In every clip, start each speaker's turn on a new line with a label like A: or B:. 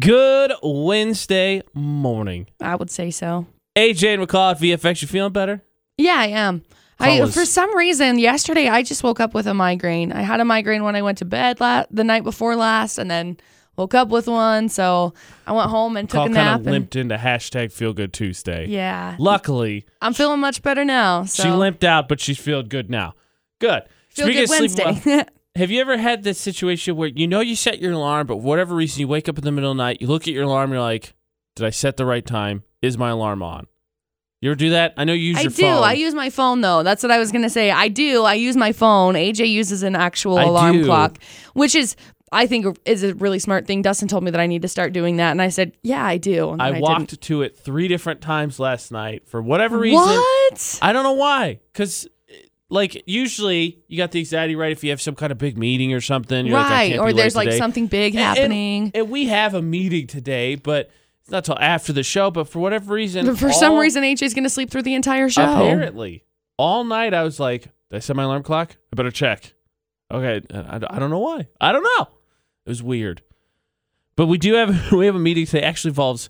A: Good Wednesday morning.
B: I would say so.
A: AJ and McCall at VFX, you feeling better?
B: Yeah, I am. I
A: Fellas.
B: for some reason yesterday I just woke up with a migraine. I had a migraine when I went to bed la- the night before last, and then woke up with one. So I went home and took
A: McCall
B: a nap.
A: kind of
B: and-
A: limped into hashtag Feel Good Tuesday.
B: Yeah,
A: Luckily,
B: I'm feeling much better now. So
A: she limped out, but she's feeling good now. Good.
B: feel good Wednesday.
A: well, have you ever had this situation where you know you set your alarm, but for whatever reason you wake up in the middle of the night, you look at your alarm, you're like, "Did I set the right time? Is my alarm on?" You ever do that? I know you use
B: I
A: your
B: do.
A: phone.
B: I use my phone though. That's what I was gonna say. I do. I use my phone. AJ uses an actual
A: I
B: alarm
A: do.
B: clock, which is I think is a really smart thing. Dustin told me that I need to start doing that, and I said, Yeah, I do. And
A: I
B: then didn't.
A: walked to it three different times last night for whatever reason.
B: What?
A: I don't know why. Because, like, usually you got the anxiety right if you have some kind of big meeting or something. You're like, I
B: right.
A: can't
B: or
A: be late
B: there's like
A: today.
B: something big
A: And- and-
B: happening.
A: And, we have a meeting today, but it's not till after the show. But for whatever reason,
B: for some
A: all-
B: reason, AJ's going to sleep through the entire show.
A: apparently, all night I was like, did I set my alarm clock? I better check. Okay. and I, I don't know why. I don't know. It was weird. But we do have we have a meeting today. Actually involves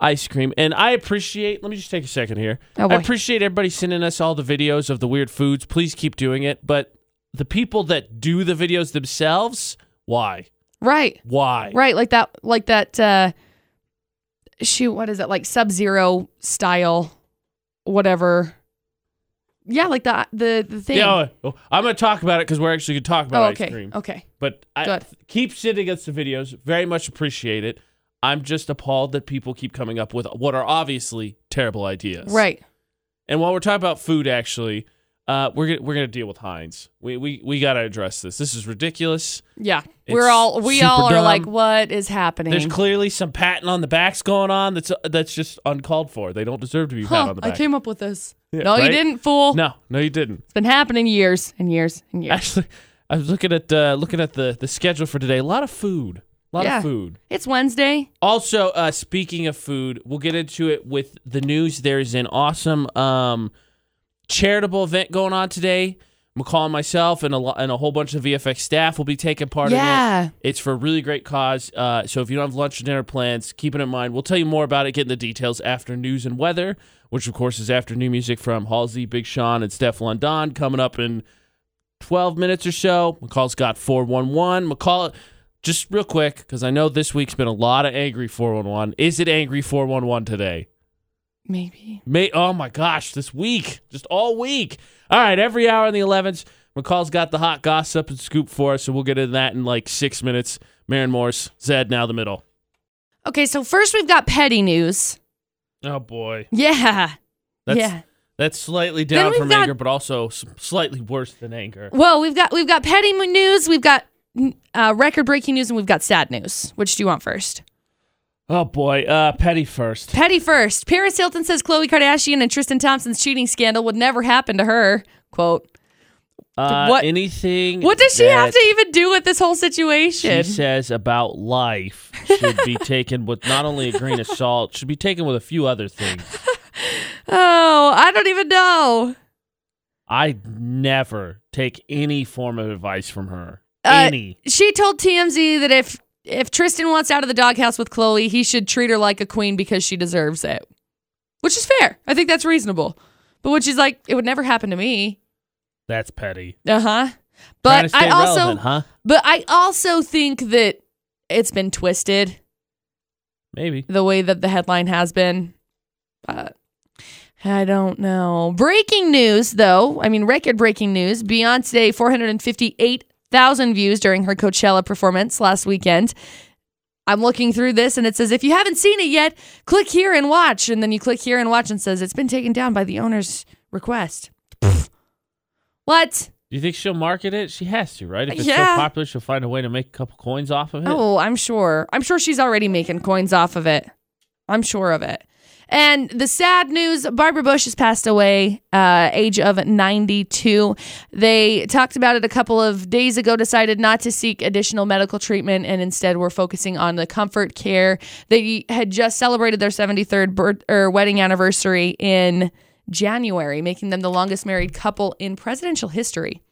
A: ice cream, and I appreciate. Let me just take a second here.
B: Oh, boy.
A: I appreciate everybody sending us all the videos of the weird foods. Please keep doing it. But the people that do the videos themselves, why?
B: Right.
A: Why?
B: Right. Like that, like that, uh, shoot, what is it? Like Sub Zero style, whatever. Yeah, like the, the, the thing.
A: Yeah, oh, I'm going to talk about it because we're actually going to talk about
B: oh,
A: ice
B: okay.
A: cream.
B: Okay.
A: But I
B: Good.
A: keep sending us the videos. Very much appreciate it. I'm just appalled that people keep coming up with what are obviously terrible ideas.
B: Right.
A: And while we're talking about food, actually, uh, we're gonna, we're gonna deal with Heinz. We we we gotta address this. This is ridiculous.
B: Yeah.
A: It's
B: We're all, we
A: super
B: all are like,
A: dumb.
B: what is happening?
A: There's clearly some patting on the backs going on. That's uh, that's just uncalled for. They don't deserve to be patted
B: huh,
A: on the
B: I
A: back.
B: came up with this.
A: Yeah,
B: no, you
A: right?
B: didn't, fool.
A: No, no, you didn't.
B: It's been happening years and years and years.
A: Actually, I was looking at uh, looking at the the schedule for today. A lot of food. A lot
B: Yeah.
A: of food.
B: It's Wednesday.
A: Also, uh, speaking of food, we'll get into it with the news. There's an awesome um, charitable event going on today. McCall and myself and a, lo- and a whole bunch of VFX staff will be taking part in it.
B: yeah.
A: It's for a really great cause. Uh, so if you don't have lunch or dinner plans, keep it in mind. We'll tell you more about it, get in the details after news and weather, which of course is after new music from Halsey, Big Sean, and Steph London coming up in 12 minutes or so. McCall's got 411. McCall, just real quick, because I know this week's been a lot of angry 411. Is it angry 411 today?
B: Maybe.
A: May oh my gosh, this week, just all week. All right, every hour in the 11s. McCall's got the hot gossip and scoop for us, so we'll get into that in like six minutes. Marin Morse, Zed, now the middle.
B: Okay, so first we've got petty news.
A: Oh boy,
B: Yeah.
A: that's
B: yeah.
A: that's slightly down
B: we've
A: from
B: got-
A: anger, but also s- slightly worse than anger.
B: Well, we've got we've got petty m- news, we've got mm, uh, record breaking news, and we've got sad news. Which do you want first?
A: Oh boy, uh, petty first.
B: Petty first. Paris Hilton says Khloe Kardashian and Tristan Thompson's cheating scandal would never happen to her. Quote.
A: Uh,
B: What-
A: anything?
B: What does she
A: that
B: have to even do with this whole situation?
A: She says about life should be taken with not only a grain of salt, should be taken with a few other things.
B: oh, I don't even know.
A: I never take any form of advice from her.
B: Uh,
A: any.
B: She told TMZ that if if Tristan wants out of the doghouse with Chloe, he should treat her like a queen because she deserves it. Which is fair. I think that's reasonable. But which is like, it would never happen to me.
A: That's petty.
B: Uh huh.
A: Trying to
B: But
A: stay
B: I also,
A: relevant, huh?
B: but I also think that it's been twisted
A: Maybe.
B: the way that the headline has been. Uh, I don't know. Breaking news, though. I mean, record breaking news. Beyonce, 458,000 views during her Coachella performance last weekend. I'm looking through this and it says, if you haven't seen it yet, click here and watch. And then you click here and watch and says, it's been taken down by the owner's request. Pfft. what?
A: Do you think she'll market it? She has to, right? If it's
B: Yeah.
A: so popular, she'll find a way to make a couple coins off of it.
B: Oh, I'm sure. I'm sure she's already making coins off of it. I'm sure of it. And the sad news Barbara Bush has passed away, uh, age of 92. They talked about it a couple of days ago, decided not to seek additional medical treatment, and instead were focusing on the comfort care. They had just celebrated their 73rd birth, or wedding anniversary in January, making them the longest married couple in presidential history.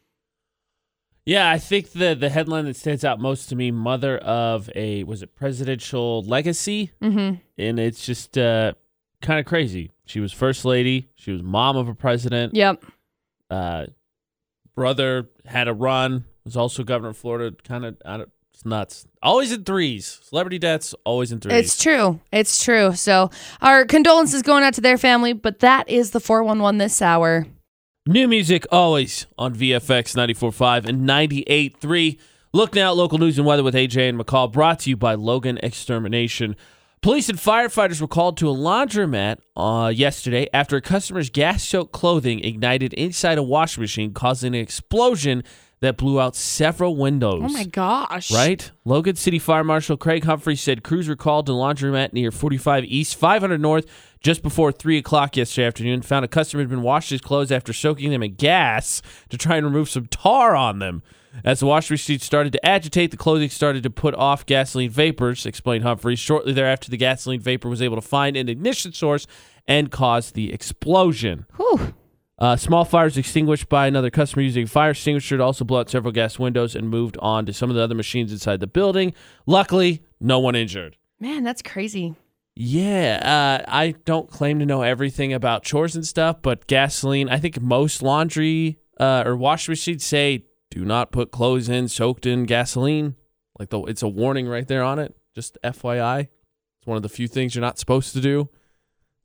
A: Yeah, I think the the headline that stands out most to me, mother of a was it presidential legacy,
B: Mm-hmm.
A: and it's just uh, kind of crazy. She was first lady. She was mom of a president.
B: Yep.
A: Uh, brother had a run. Was also governor of Florida. Kind of, I don't, it's nuts. Always in threes. Celebrity deaths always in threes.
B: It's true. It's true. So our condolences going out to their family, but that is the 411 this hour.
A: New music always on VFX 94.5 and 98.3. Look now at local news and weather with AJ and McCall, brought to you by Logan Extermination. Police and firefighters were called to a laundromat uh, yesterday after a customer's gas soaked clothing ignited inside a washing machine, causing an explosion that blew out several windows.
B: Oh my gosh.
A: Right? Logan City Fire Marshal Craig Humphrey said crews were called to laundromat near 45 East, 500 North, just before 3 o'clock yesterday afternoon. Found a customer had been washing his clothes after soaking them in gas to try and remove some tar on them. As the washing machine started to agitate, the clothing started to put off gasoline vapors, explained Humphrey. Shortly thereafter, the gasoline vapor was able to find an ignition source and cause the explosion.
B: Whew.
A: Uh, small fires extinguished by another customer using a fire extinguisher to also blow out several gas windows and moved on to some of the other machines inside the building. Luckily, no one injured.
B: Man, that's crazy.
A: Yeah, uh, I don't claim to know everything about chores and stuff, but gasoline, I think most laundry uh, or washing machines say do not put clothes in soaked in gasoline. Like the, it's a warning right there on it. Just FYI. It's one of the few things you're not supposed to do.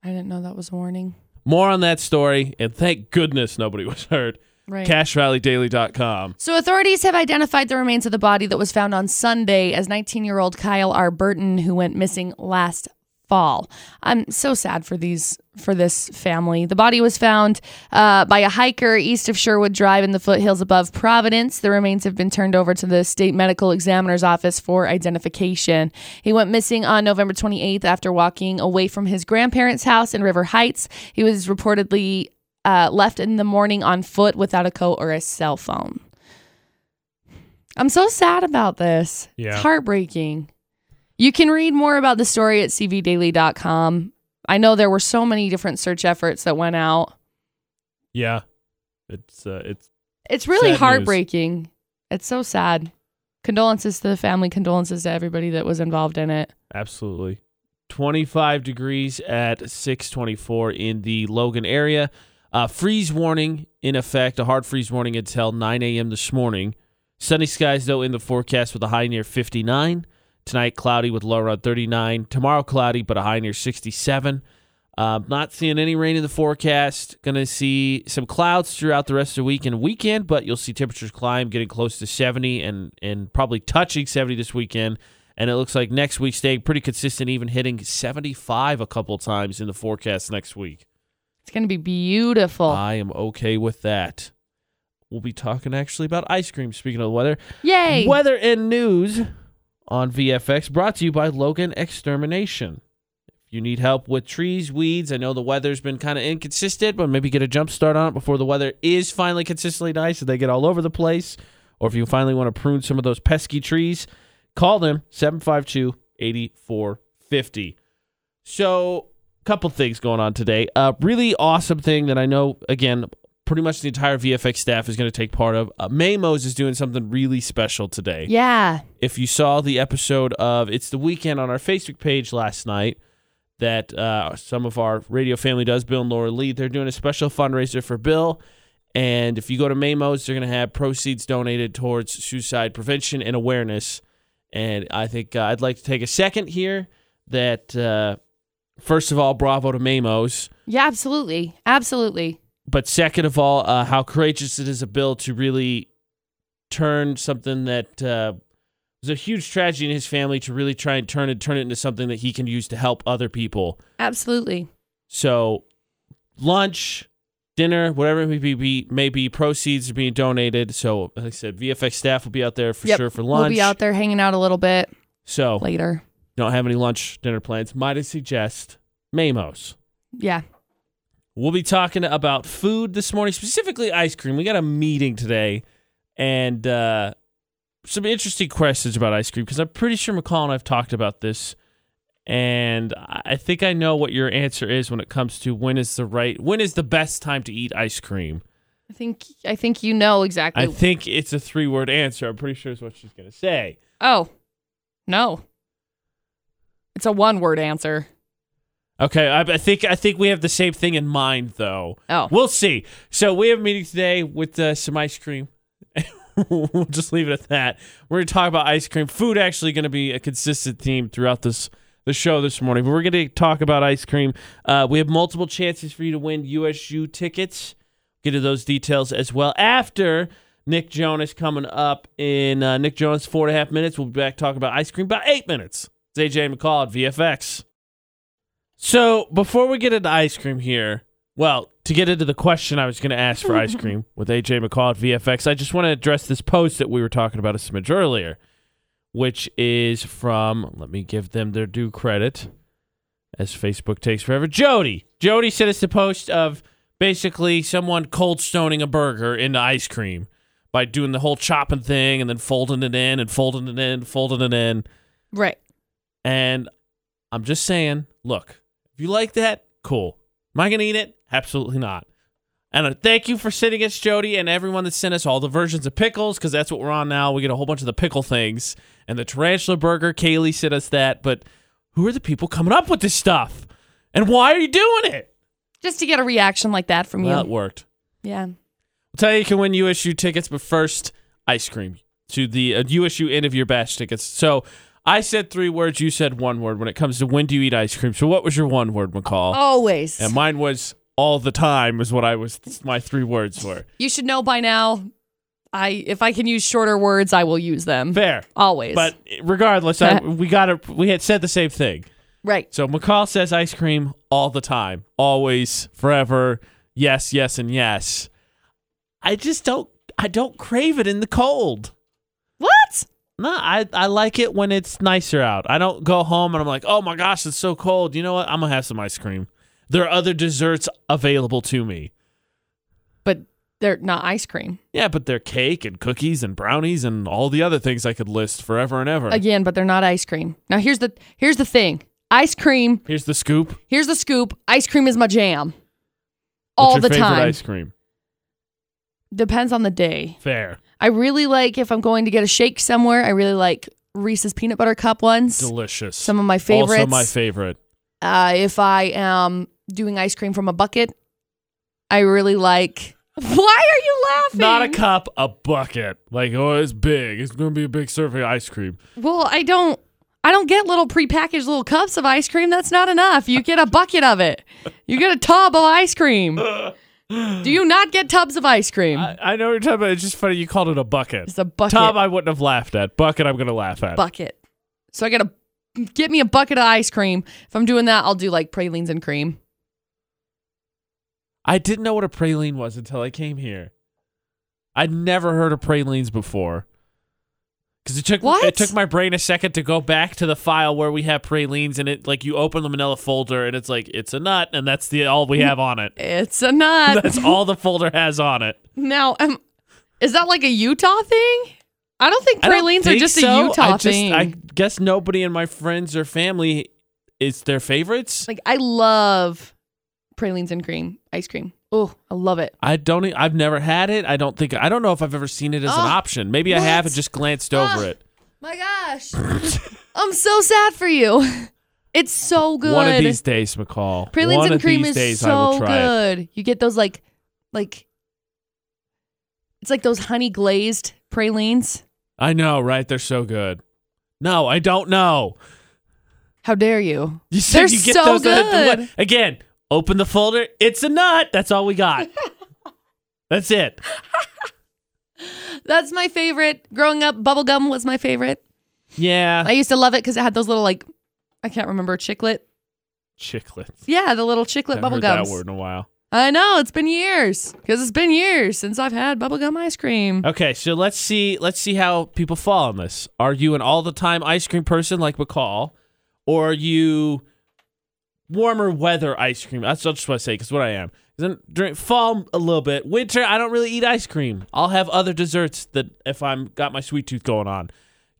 B: I didn't know that was a warning.
A: More on that story, and thank goodness nobody was hurt.
B: Right.
A: CashValleyDaily.com.
B: So authorities have identified the remains of the body that was found on Sunday as 19-year-old Kyle R. Burton, who went missing last fall. I'm so sad for these for this family. The body was found uh, by a hiker east of Sherwood Drive in the foothills above Providence. The remains have been turned over to the state medical examiner's office for identification. He went missing on November 28th after walking away from his grandparents' house in River Heights. He was reportedly uh, left in the morning on foot without a coat or a cell phone. I'm so sad about this.
A: Yeah.
B: It's heartbreaking. You can read more about the story at cvdaily.com. I know there were so many different search efforts that went out.
A: Yeah, it's uh, it's
B: It's really
A: Sad news.
B: heartbreaking. It's so sad. Condolences to the family, condolences to everybody that was involved in it.
A: absolutely 25 degrees at 624 in the Logan area. Uh, freeze warning in effect, a hard freeze warning until 9 a.m. this morning. Sunny skies though in the forecast with a high near 59. Tonight cloudy with low around 39. Tomorrow cloudy but a high near 67. Uh, not seeing any rain in the forecast. Going to see some clouds throughout the rest of the week and weekend, but you'll see temperatures climb, getting close to 70 and and probably touching 70 this weekend. And it looks like next week staying pretty consistent, even hitting 75 a couple times in the forecast next week.
B: It's going to be beautiful.
A: I am okay with that. We'll be talking actually about ice cream. Speaking of the weather,
B: Yay.
A: Weather and news on VFX brought to you by Logan Extermination. If you need help with trees, weeds, I know the weather's been kind of inconsistent, but maybe get a jump start on it before the weather is finally consistently nice and they get all over the place. Or if you finally want to prune some of those pesky trees, call them 752 8450. So, a couple things going on today. A really awesome thing that I know, again, pretty much the entire VFX staff is going to take part of. Uh, Mamos is doing something really special today.
B: Yeah.
A: If you saw the episode of It's the Weekend on our Facebook page last night, that uh, some of our radio family does, Bill and Laura Lee, they're doing a special fundraiser for Bill. And if you go to Mamos, they're going to have proceeds donated towards suicide prevention and awareness. And I think uh, I'd like to take a second here that, uh, first of all, bravo to Mamos.
B: Yeah, absolutely. Absolutely.
A: but second of all, uh, how courageous it is of Bill to really turn something that uh, was a huge tragedy in his family to really try and turn it turn it into something that he can use to help other people.
B: Absolutely.
A: So, lunch, dinner, whatever it may be, be may be proceeds are being donated. So, like I said, VFX staff will be out there for
B: Yep.
A: sure for lunch.
B: We'll be out there hanging out a little bit
A: So,
B: later.
A: don't have any lunch dinner plans. Might I suggest Mamos.
B: Yeah.
A: We'll be talking about food this morning, specifically ice cream. We got a meeting today and uh, some interesting questions about ice cream because I'm pretty sure McCall and I've talked about this. And I I think I know what your answer is when it comes to when is the right, when is the best time to eat ice cream.
B: I think I think you know exactly.
A: I think it's a three word answer. I'm pretty sure is what she's going to say.
B: oh, no. It's a one word answer.
A: Okay, I, I think I think we have the same thing in mind though.
B: Oh.
A: We'll see. So we have a meeting today with uh, some ice cream. we'll just leave it at that. We're going to talk about ice cream. Food actually going to be a consistent theme throughout this the show this morning. But we're going to talk about ice cream. Uh, we have multiple chances for you to win USU tickets. Get to those details as well after Nick Jonas coming up in uh, Nick Jonas four and a half minutes. We'll be back talking about ice cream about eight minutes. It's AJ McCall at VFX. So before we get into ice cream here, well, to get into the question I was going to ask for ice cream with AJ McCall at VFX, I just want to address this post that we were talking about a smidge earlier, which is from, let me give them their due credit, as Facebook takes forever. Jody. Jody sent us the post of basically someone cold stoning a burger into ice cream by doing the whole chopping thing and then folding it in and folding it in, folding it in.
B: Right.
A: And I'm just saying, look, if you like that, cool. Am I going to eat it? Absolutely not. And uh, thank you for sending us, Jody, and everyone that sent us all the versions of pickles, because that's what we're on now. We get a whole bunch of the pickle things. And the tarantula burger, Kaylee sent us that. But who are the people coming up with this stuff? And why are you doing it?
B: Just to get a reaction like that from
A: Well, it
B: you.
A: worked.
B: Yeah.
A: We'll tell you you can win USU tickets, but first, ice cream to the uh, USU end of your batch tickets. So I said three words, you said one word when it comes to when do you eat ice cream. So what was your one word, McCall?
B: Oh, Always.
A: And mine was all the time is what I was my three words were.
B: you should know by now. I if I can use shorter words, I will use them.
A: Fair.
B: Always.
A: But eh, regardless, I, we got it. We had said the same thing.
B: right.
A: So McCall says ice cream all the time, always, forever. Yes, yes, and yes. I just don't. I don't crave it in the cold.
B: What?
A: No, I, I like it when it's nicer out. I don't go home and I'm like, oh my gosh, it's so cold. You know what? I'm gonna have some ice cream. There are other desserts available to me.
B: But they're not ice cream.
A: Yeah, but they're cake and cookies and brownies and all the other things I could list forever and ever.
B: Again, but they're not ice cream. Now here's the here's the thing. Ice cream,
A: Here's the scoop. What's
B: here's the scoop. Ice cream is my jam. All
A: your
B: the
A: favorite
B: time.
A: Ice cream.
B: Depends on the day.
A: Fair.
B: I really like if I'm going to get a shake somewhere, I really like Reese's peanut butter cup ones.
A: Delicious.
B: Some of my
A: Also
B: favorites.
A: my favorite.
B: uh, if I am doing ice cream from a bucket, I really like. Why are you laughing?
A: Not a cup, a bucket. Like, oh, it's big. It's gonna be a big serving of ice cream.
B: Well, I don't. I don't get little prepackaged little cups of ice cream. That's not enough. You get a bucket of it. You get a tub of ice cream. Do you not get tubs of ice cream?
A: I, I know what you're talking about. It's just funny you called it a bucket.
B: it's a bucket.
A: Tom, I wouldn't have laughed at. Bucket, I'm gonna laugh at.
B: bucket. So I gotta get me a bucket of ice cream. If I'm doing that, I'll do like pralines and cream.
A: I didn't know what a praline was until I came here. I'd never heard of pralines before. Because it took
B: What?
A: it took my brain a second to go back to the file where we have pralines, and it like you open the manila folder, and it's like it's a nut, and that's the all we have on it.
B: It's a nut.
A: That's all the folder has on it.
B: Now, um, is that like a Utah thing? I don't think
A: I don't
B: pralines are
A: think
B: just
A: so.
B: a Utah
A: I just,
B: thing.
A: I guess nobody in my friends or family is their favorites.
B: like I love pralines and cream ice cream. Oh, I love it.
A: I don't. e- I've never had it. I don't think. I don't know if I've ever seen it as an
B: Ugh.
A: option. Maybe I have
B: What?
A: and just glanced
B: Ugh.
A: over it.
B: My gosh, I'm so sad for you. It's so good.
A: One of these days, McCall.
B: pralines
A: one
B: and
A: of
B: cream
A: these
B: is
A: days
B: so
A: I will try it.
B: good. You get those like, like, it's like those honey glazed pralines.
A: I know, right? They're so good. No, I don't know.
B: How dare you?
A: You said
B: They're
A: you get
B: so
A: those at the-
B: good.
A: what? again. Open the folder. It's a nut. That's all we got. That's it.
B: That's my favorite. Growing up, bubblegum was my favorite.
A: Yeah.
B: I used to love it because it had those little like I can't remember chiclet.
A: Chiclets.
B: Yeah, the little chiclet
A: Haven't
B: bubble
A: heard
B: gums.
A: that word in a while.
B: I know it's been years because it's been years since I've had bubblegum ice cream.
A: Okay, so let's see. Let's see how people fall on this. Are you an all the time ice cream person like McCall, or are you warmer weather ice cream? That's just what I say because what I am. 'Cause Then during fall a little bit. Winter, I don't really eat ice cream. I'll have other desserts that if I'm got my sweet tooth going on.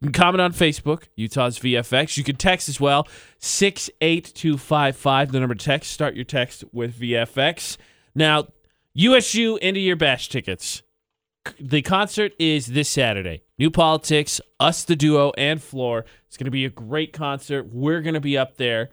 A: You can comment on Facebook, Utah's VFX. You can text as well, 68255, the number to text. Start your text with VFX. Now, USU into your bash tickets. C- The concert is this Saturday. New Politics, Us the Duo, and Floor. It's going to be a great concert. We're going to be up there,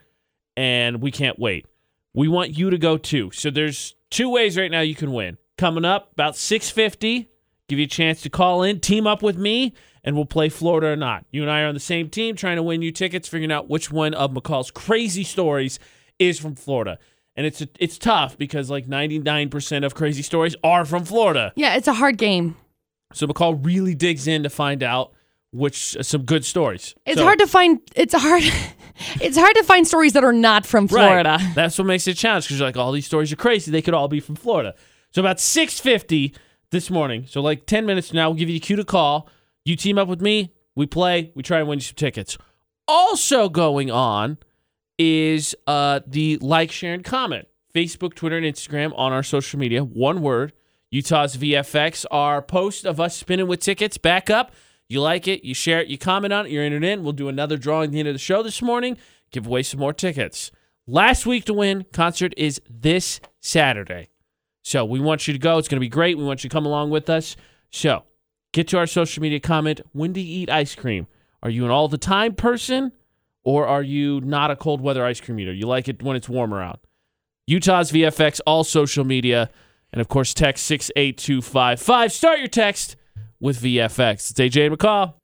A: and we can't wait. We want you to go too. So there's two ways right now you can win. Coming up about 650, give you a chance to call in, team up with me, and we'll play Florida or not. You and I are on the same team trying to win you tickets, figuring out which one of McCall's crazy stories is from Florida. And it's it's tough because like 99% of crazy stories are from Florida.
B: Yeah, it's a hard game.
A: So McCall really digs in to find out which uh, some good stories.
B: It's
A: So-
B: hard to find. It's hard. it's hard to find stories that are not from Florida.
A: Right. That's what makes it a challenge because you're like, all these stories are crazy. They could all be from Florida. So about 6.50 this morning, so like 10 minutes from now, we'll give you the cue to call. You team up with me. We play. We try and win you some tickets. Also going on is uh, the like, share, and comment. Facebook, Twitter, and Instagram on our social media. One word. Utah's VFX. Our post of us spinning with tickets back up. You like it, you share it, you comment on it, you're entered in. We'll do another drawing at the end of the show this morning. Give away some more tickets. Last week to win concert is this Saturday. So we want you to go. It's going to be great. We want you to come along with us. So get to our social media comment. When do you eat ice cream? Are you an all the time person or are you not a cold weather ice cream eater? You like it when it's warmer out. Utah's VFX, all social media, and of course, text 68255. Start your text with VFX. It's AJ and McCall.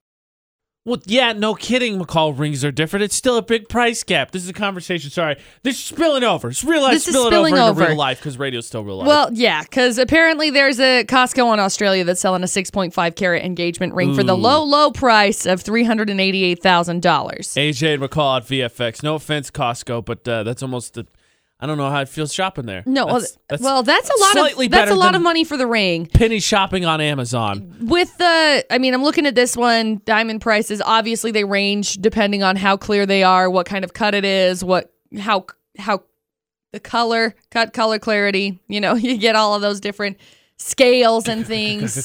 A: Well, yeah, no kidding. McCall rings are different. It's still a big price gap. This is a conversation. Sorry, this is spilling over. It's real life
B: This is
A: spilling,
B: spilling
A: over,
B: over.
A: into real life because radio's still real life.
B: Well, yeah, because apparently there's a Costco in Australia that's selling a 6.5 carat engagement ring for the
A: Ooh.
B: low, low price of three hundred and eighty-eight thousand dollars.
A: AJ and McCall at VFX. No offense, Costco, but uh, that's almost the. I don't know how it feels shopping there.
B: No, well,
A: that's, that's
B: well, that's a lot
A: slightly
B: of that's
A: better
B: a lot
A: than-
B: of money for the ring.
A: penny shopping on Amazon.
B: With the, I mean, I'm looking at this one. Diamond prices obviously they range depending on how clear they are, what kind of cut it is, what how how the color, cut color clarity. You know, you get all of those different scales and things.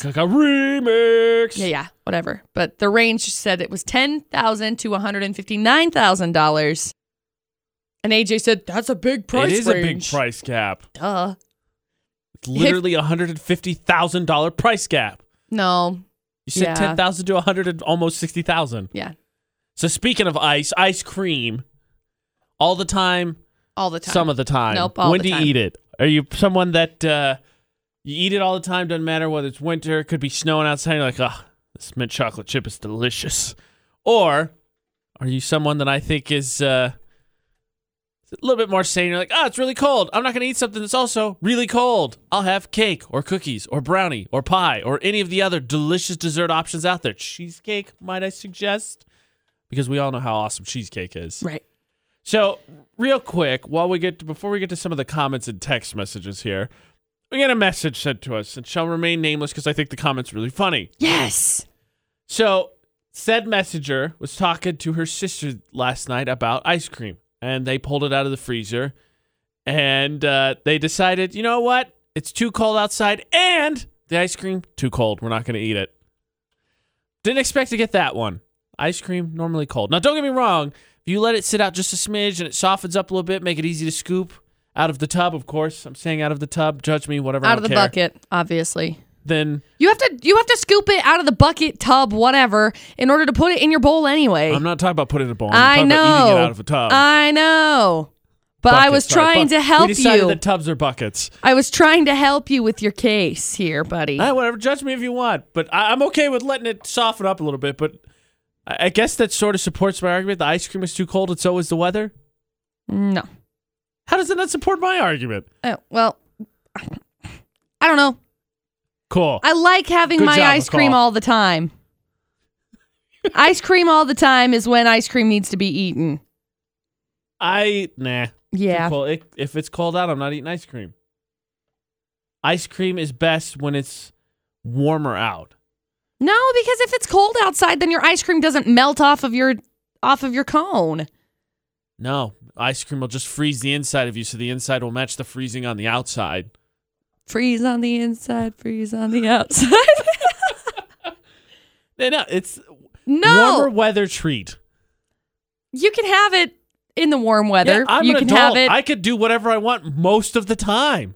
A: Remix.
B: Yeah, yeah, whatever. But the range said it was ten thousand to one hundred and fifty nine thousand dollars. And AJ said that's a big price.
A: it is a big
B: range."
A: price gap.
B: Duh.
A: It's literally a hundred and fifty thousand dollar price gap.
B: No.
A: You said
B: Yeah.
A: ten thousand to a hundred and almost sixty thousand.
B: Yeah.
A: So speaking of ice, ice cream, all the time,
B: All the time.
A: some of the time.
B: Nope, all
A: when
B: the
A: do
B: time.
A: you eat it? Are you someone that uh, you eat it all the time? Doesn't matter whether it's winter, it could be snowing outside. You're like, oh, this mint chocolate chip is delicious. Or are you someone that I think is uh, a little bit more sane? You're like, oh, it's really cold. I'm not going to eat something that's also really cold. I'll have cake or cookies or brownie or pie or any of the other delicious dessert options out there. Cheesecake, might I suggest? Because we all know how awesome cheesecake is.
B: right.
A: So, real quick, while we get to, before we get to some of the comments and text messages here, we got a message sent to us. It shall remain nameless because I think the comment's really funny.
B: Yes.
A: So, said messenger was talking to her sister last night about ice cream, and they pulled it out of the freezer, and uh, they decided, you know what? It's too cold outside, and the ice cream too cold. We're not going to eat it. Didn't expect to get that one. Ice cream normally cold. Now, don't get me wrong. If you let it sit out just a smidge and it softens up a little bit, make it easy to scoop out of the tub. Of course, I'm saying out of the tub. Judge me, whatever. I
B: Out of
A: don't
B: the
A: care.
B: bucket, obviously.
A: Then
B: You have to you have to scoop it out of the bucket, tub, whatever, in order to put it in your bowl anyway.
A: I'm not talking about putting it in a bowl. I'm
B: I
A: talking
B: know.
A: about eating it out of a tub.
B: I know. But I
A: Buckets,
B: was
A: sorry,
B: trying
A: buck-
B: to help
A: we decided
B: you.
A: That tubs are buckets.
B: I was trying to help you with your case here, buddy.
A: Ah, whatever, judge me if you want, but I, I'm okay with letting it soften up a little bit. But I, I guess that sort of supports my argument. The ice cream is too cold, and so is the weather.
B: no.
A: How does that not support my argument?
B: Oh, well, I don't know.
A: Cool.
B: I like having
A: Good
B: my
A: job,
B: ice cream
A: McCall.
B: all the time. ice cream all the time is when ice cream needs to be eaten.
A: I nah.
B: Yeah.
A: Too cold. It- if it's cold out, I'm not eating ice cream. Ice cream is best when it's warmer out.
B: No, because if it's cold outside, then your ice cream doesn't melt off of your off of your cone.
A: No, ice cream will just freeze the inside of you, so the inside will match the freezing on the outside.
B: Freeze on the inside, freeze on the outside.
A: No, no, it's
B: no,
A: warmer weather treat.
B: you can have it in the warm weather.
A: Yeah, I'm
B: you
A: an
B: can
A: adult.
B: have it.
A: I could do whatever I want most of the time.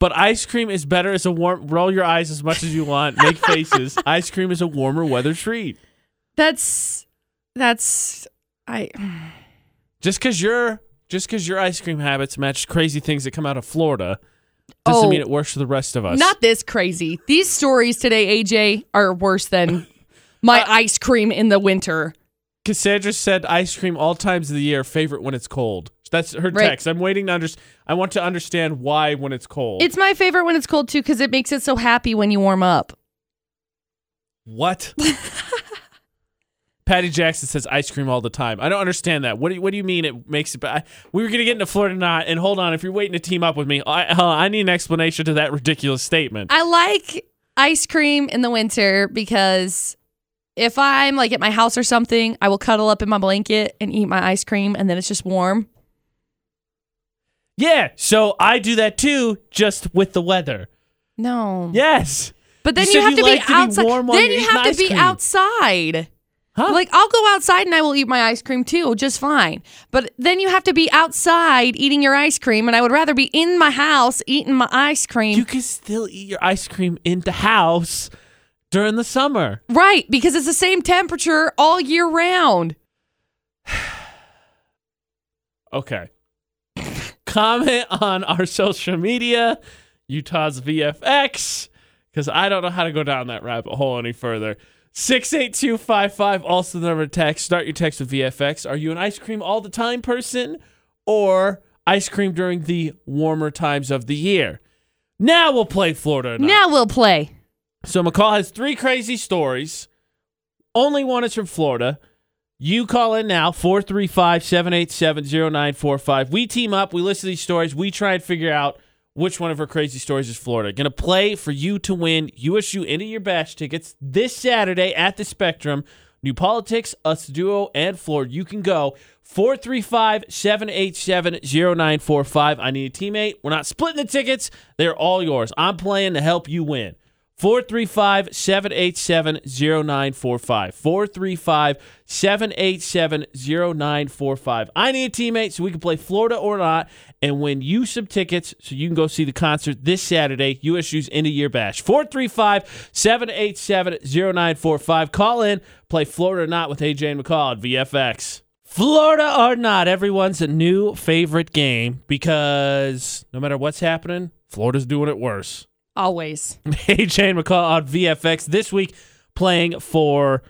A: But ice cream is better as a warm. Roll your eyes as much as you want. Make faces. ice cream is a warmer weather treat.
B: That's that's I
A: Just because your just because your ice cream habits match crazy things that come out of Florida doesn't
B: Oh.
A: mean it works for the rest of us.
B: not this crazy. These stories today, AJ, are worse than my ice cream in the winter.
A: Cassandra said ice cream all times of the year. Favorite when it's cold. That's her
B: Right.
A: text. I'm waiting to understand. I want to understand why when it's cold.
B: It's my favorite when it's cold too because it makes it so happy when you warm up.
A: What? Patty Jackson says ice cream all the time. I don't understand that. What do you, what do you mean it makes it bad? We were going to get into Florida tonight, and hold on, if you're waiting to team up with me, I, uh, I need an explanation to that ridiculous statement.
B: I like ice cream in the winter because if I'm like at my house or something, I will cuddle up in my blanket and eat my ice cream and then it's just warm.
A: yeah, so I do that too, just with the weather.
B: No.
A: Yes.
B: But then
A: You said
B: you, have
A: you
B: to
A: like to
B: be
A: be
B: outside.
A: warm while
B: then
A: you're
B: you
A: eating
B: have to
A: ice
B: be
A: cream.
B: outside.
A: Huh?
B: Like I'll go outside and I will eat my ice cream too, just fine. But then you have to be outside eating your ice cream, and I would rather be in my house eating my ice cream,
A: you can still eat your ice cream in the house during the summer.
B: right? Because it's the same temperature all year round.
A: Okay. Comment on our social media, Utah's VFX, because I don't know how to go down that rabbit hole any further. 68255, also the number to text. Start your text with VFX. Are you an ice cream all the time person or ice cream during the warmer times of the year? Now we'll play Florida or not.
B: Now we'll play.
A: So McCall has three crazy stories. Only one is from Florida. You call in now, 435 787 0945. We team up, we listen to these stories, we try and figure out which one of her crazy stories is Florida. Gonna play for you to win USU End of Year Bash tickets this Saturday at the Spectrum. New Politics, Us Duo, and Florida. You can go 435 787 0945. I need a teammate. We're not splitting the tickets, they're all yours. I'm playing to help you win. 435 787 0945. 435 787 0945. I need a teammate so we can play Florida or not and win you some tickets so you can go see the concert this Saturday, USU's end of year bash. 435 787 0945. Call in, play Florida or not with AJ and McCall at VFX. Florida or not, everyone's a new favorite game because no matter what's happening, Florida's doing it worse.
B: Always.
A: AJ and McCall on VFX this week playing for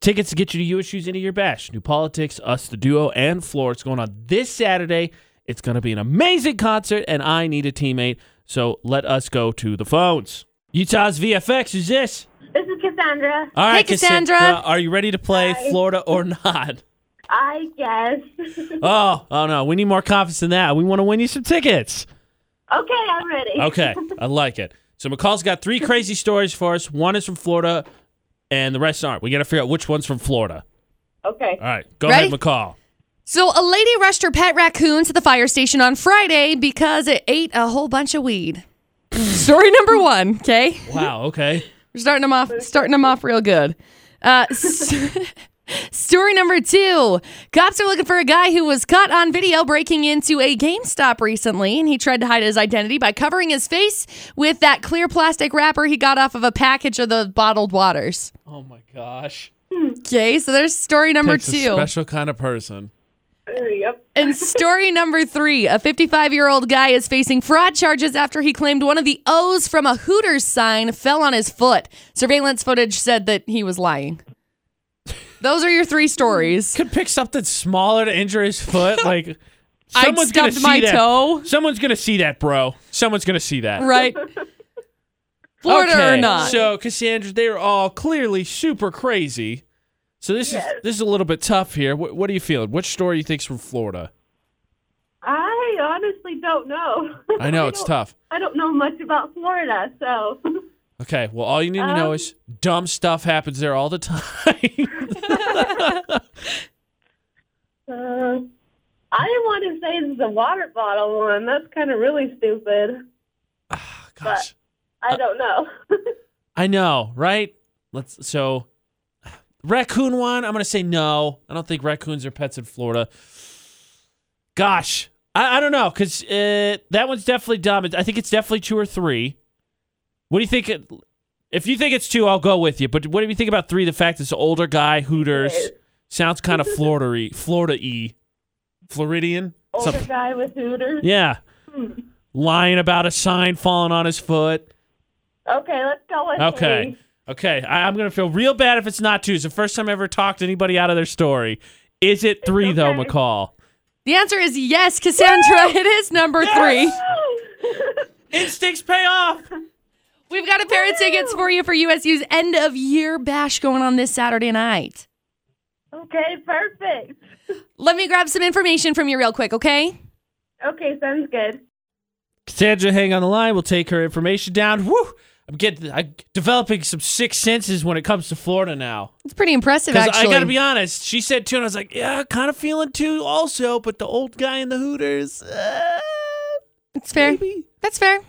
A: tickets to get you to USU's into your bash. New Politics, Us the Duo, and Floor. It's going on this Saturday. It's going to be an amazing concert, and I need a teammate. So let us go to the phones. Utah's VFX is this.
C: This is Cassandra.
A: All
B: Hey,
A: right,
B: Cassandra.
A: Uh, Are you ready to play Florida or not?
C: I guess.
A: Oh, oh no. We need more confidence than that. We want to win you some tickets.
C: okay, I'm ready.
A: Okay, I like it. So McCall's got three crazy stories for us. One is from Florida, and the rest aren't. We got to figure out which one's from Florida.
C: Okay.
A: All right, go
B: Ready?
A: ahead, McCall.
B: So a lady rushed her pet raccoons to the fire station on Friday because it ate a whole bunch of weed. Story number one. Okay.
A: Wow. Okay.
B: We're starting them off, starting them off real good. Uh, s- story number two: Cops are looking for a guy who was caught on video breaking into a GameStop recently, and he tried to hide his identity by covering his face with that clear plastic wrapper he got off of a package of the bottled waters.
A: Oh my gosh.
B: Okay, so there's story number
A: Takes A
B: two.
A: special kind of person.
C: Uh, yep.
B: And story number three a 55 year old guy is facing fraud charges after he claimed one of the O's from a Hooters sign fell on his foot. Surveillance footage said that he was lying. Those are your three stories.
A: Could pick something smaller to injure his foot. Like
B: I
A: someone's gonna
B: stubbed
A: see
B: my
A: that.
B: toe.
A: Someone's gonna see that, bro. Someone's gonna see that.
B: Right. Florida or
A: Okay,
B: not.
A: So Cassandra, they're all clearly super crazy. So this is this is a little bit tough here. What, what are you feeling? Which story you think's from Florida?
C: I honestly don't know.
A: I know it's
C: don't-
A: tough.
C: I don't know much about Florida, so
A: Okay, well, all you need to know is dumb stuff happens there all the time.
C: uh, I want to say it's the water bottle one. That's kind of really stupid.
A: Ah, Gosh, Uh,
C: I don't know.
A: I know, right? Let's so raccoon one. I'm gonna say no. I don't think raccoons are pets in Florida. Gosh, I, I don't know because uh, that one's definitely dumb. I think it's definitely two or three. What do you think? It, if you think it's two, I'll go with you. But what do you think about three? The fact it's an older guy, Hooters, sounds kind of Florida Florida y, Floridian.
C: Older
A: Something.
C: guy with Hooters.
A: Yeah, lying about a sign falling on his foot.
C: Okay, let's go with
A: Okay.
C: three.
A: Okay. I, I'm going to feel real bad if it's not two. It's the first time I ever talked anybody out of their story. Is it three, though,
C: okay.
A: McCall?
B: The answer is yes, Cassandra. It is number three.
A: Instincts pay off.
B: We've got a pair of tickets for you for USU's end of year bash going on this Saturday night.
C: okay, perfect.
B: Let me grab some information from you real quick, okay?
C: Okay, sounds good.
A: Cassandra, hang on the line. We'll take her information down. Woo! I'm getting, I'm developing some sixth senses when it comes to Florida now.
B: It's pretty impressive,
A: Because
B: actually.
A: I got to be honest, she said two, and I was like, yeah, kind of feeling two also, but the old guy in the Hooters, uh,
B: it's fair.
A: maybe.
B: That's fair.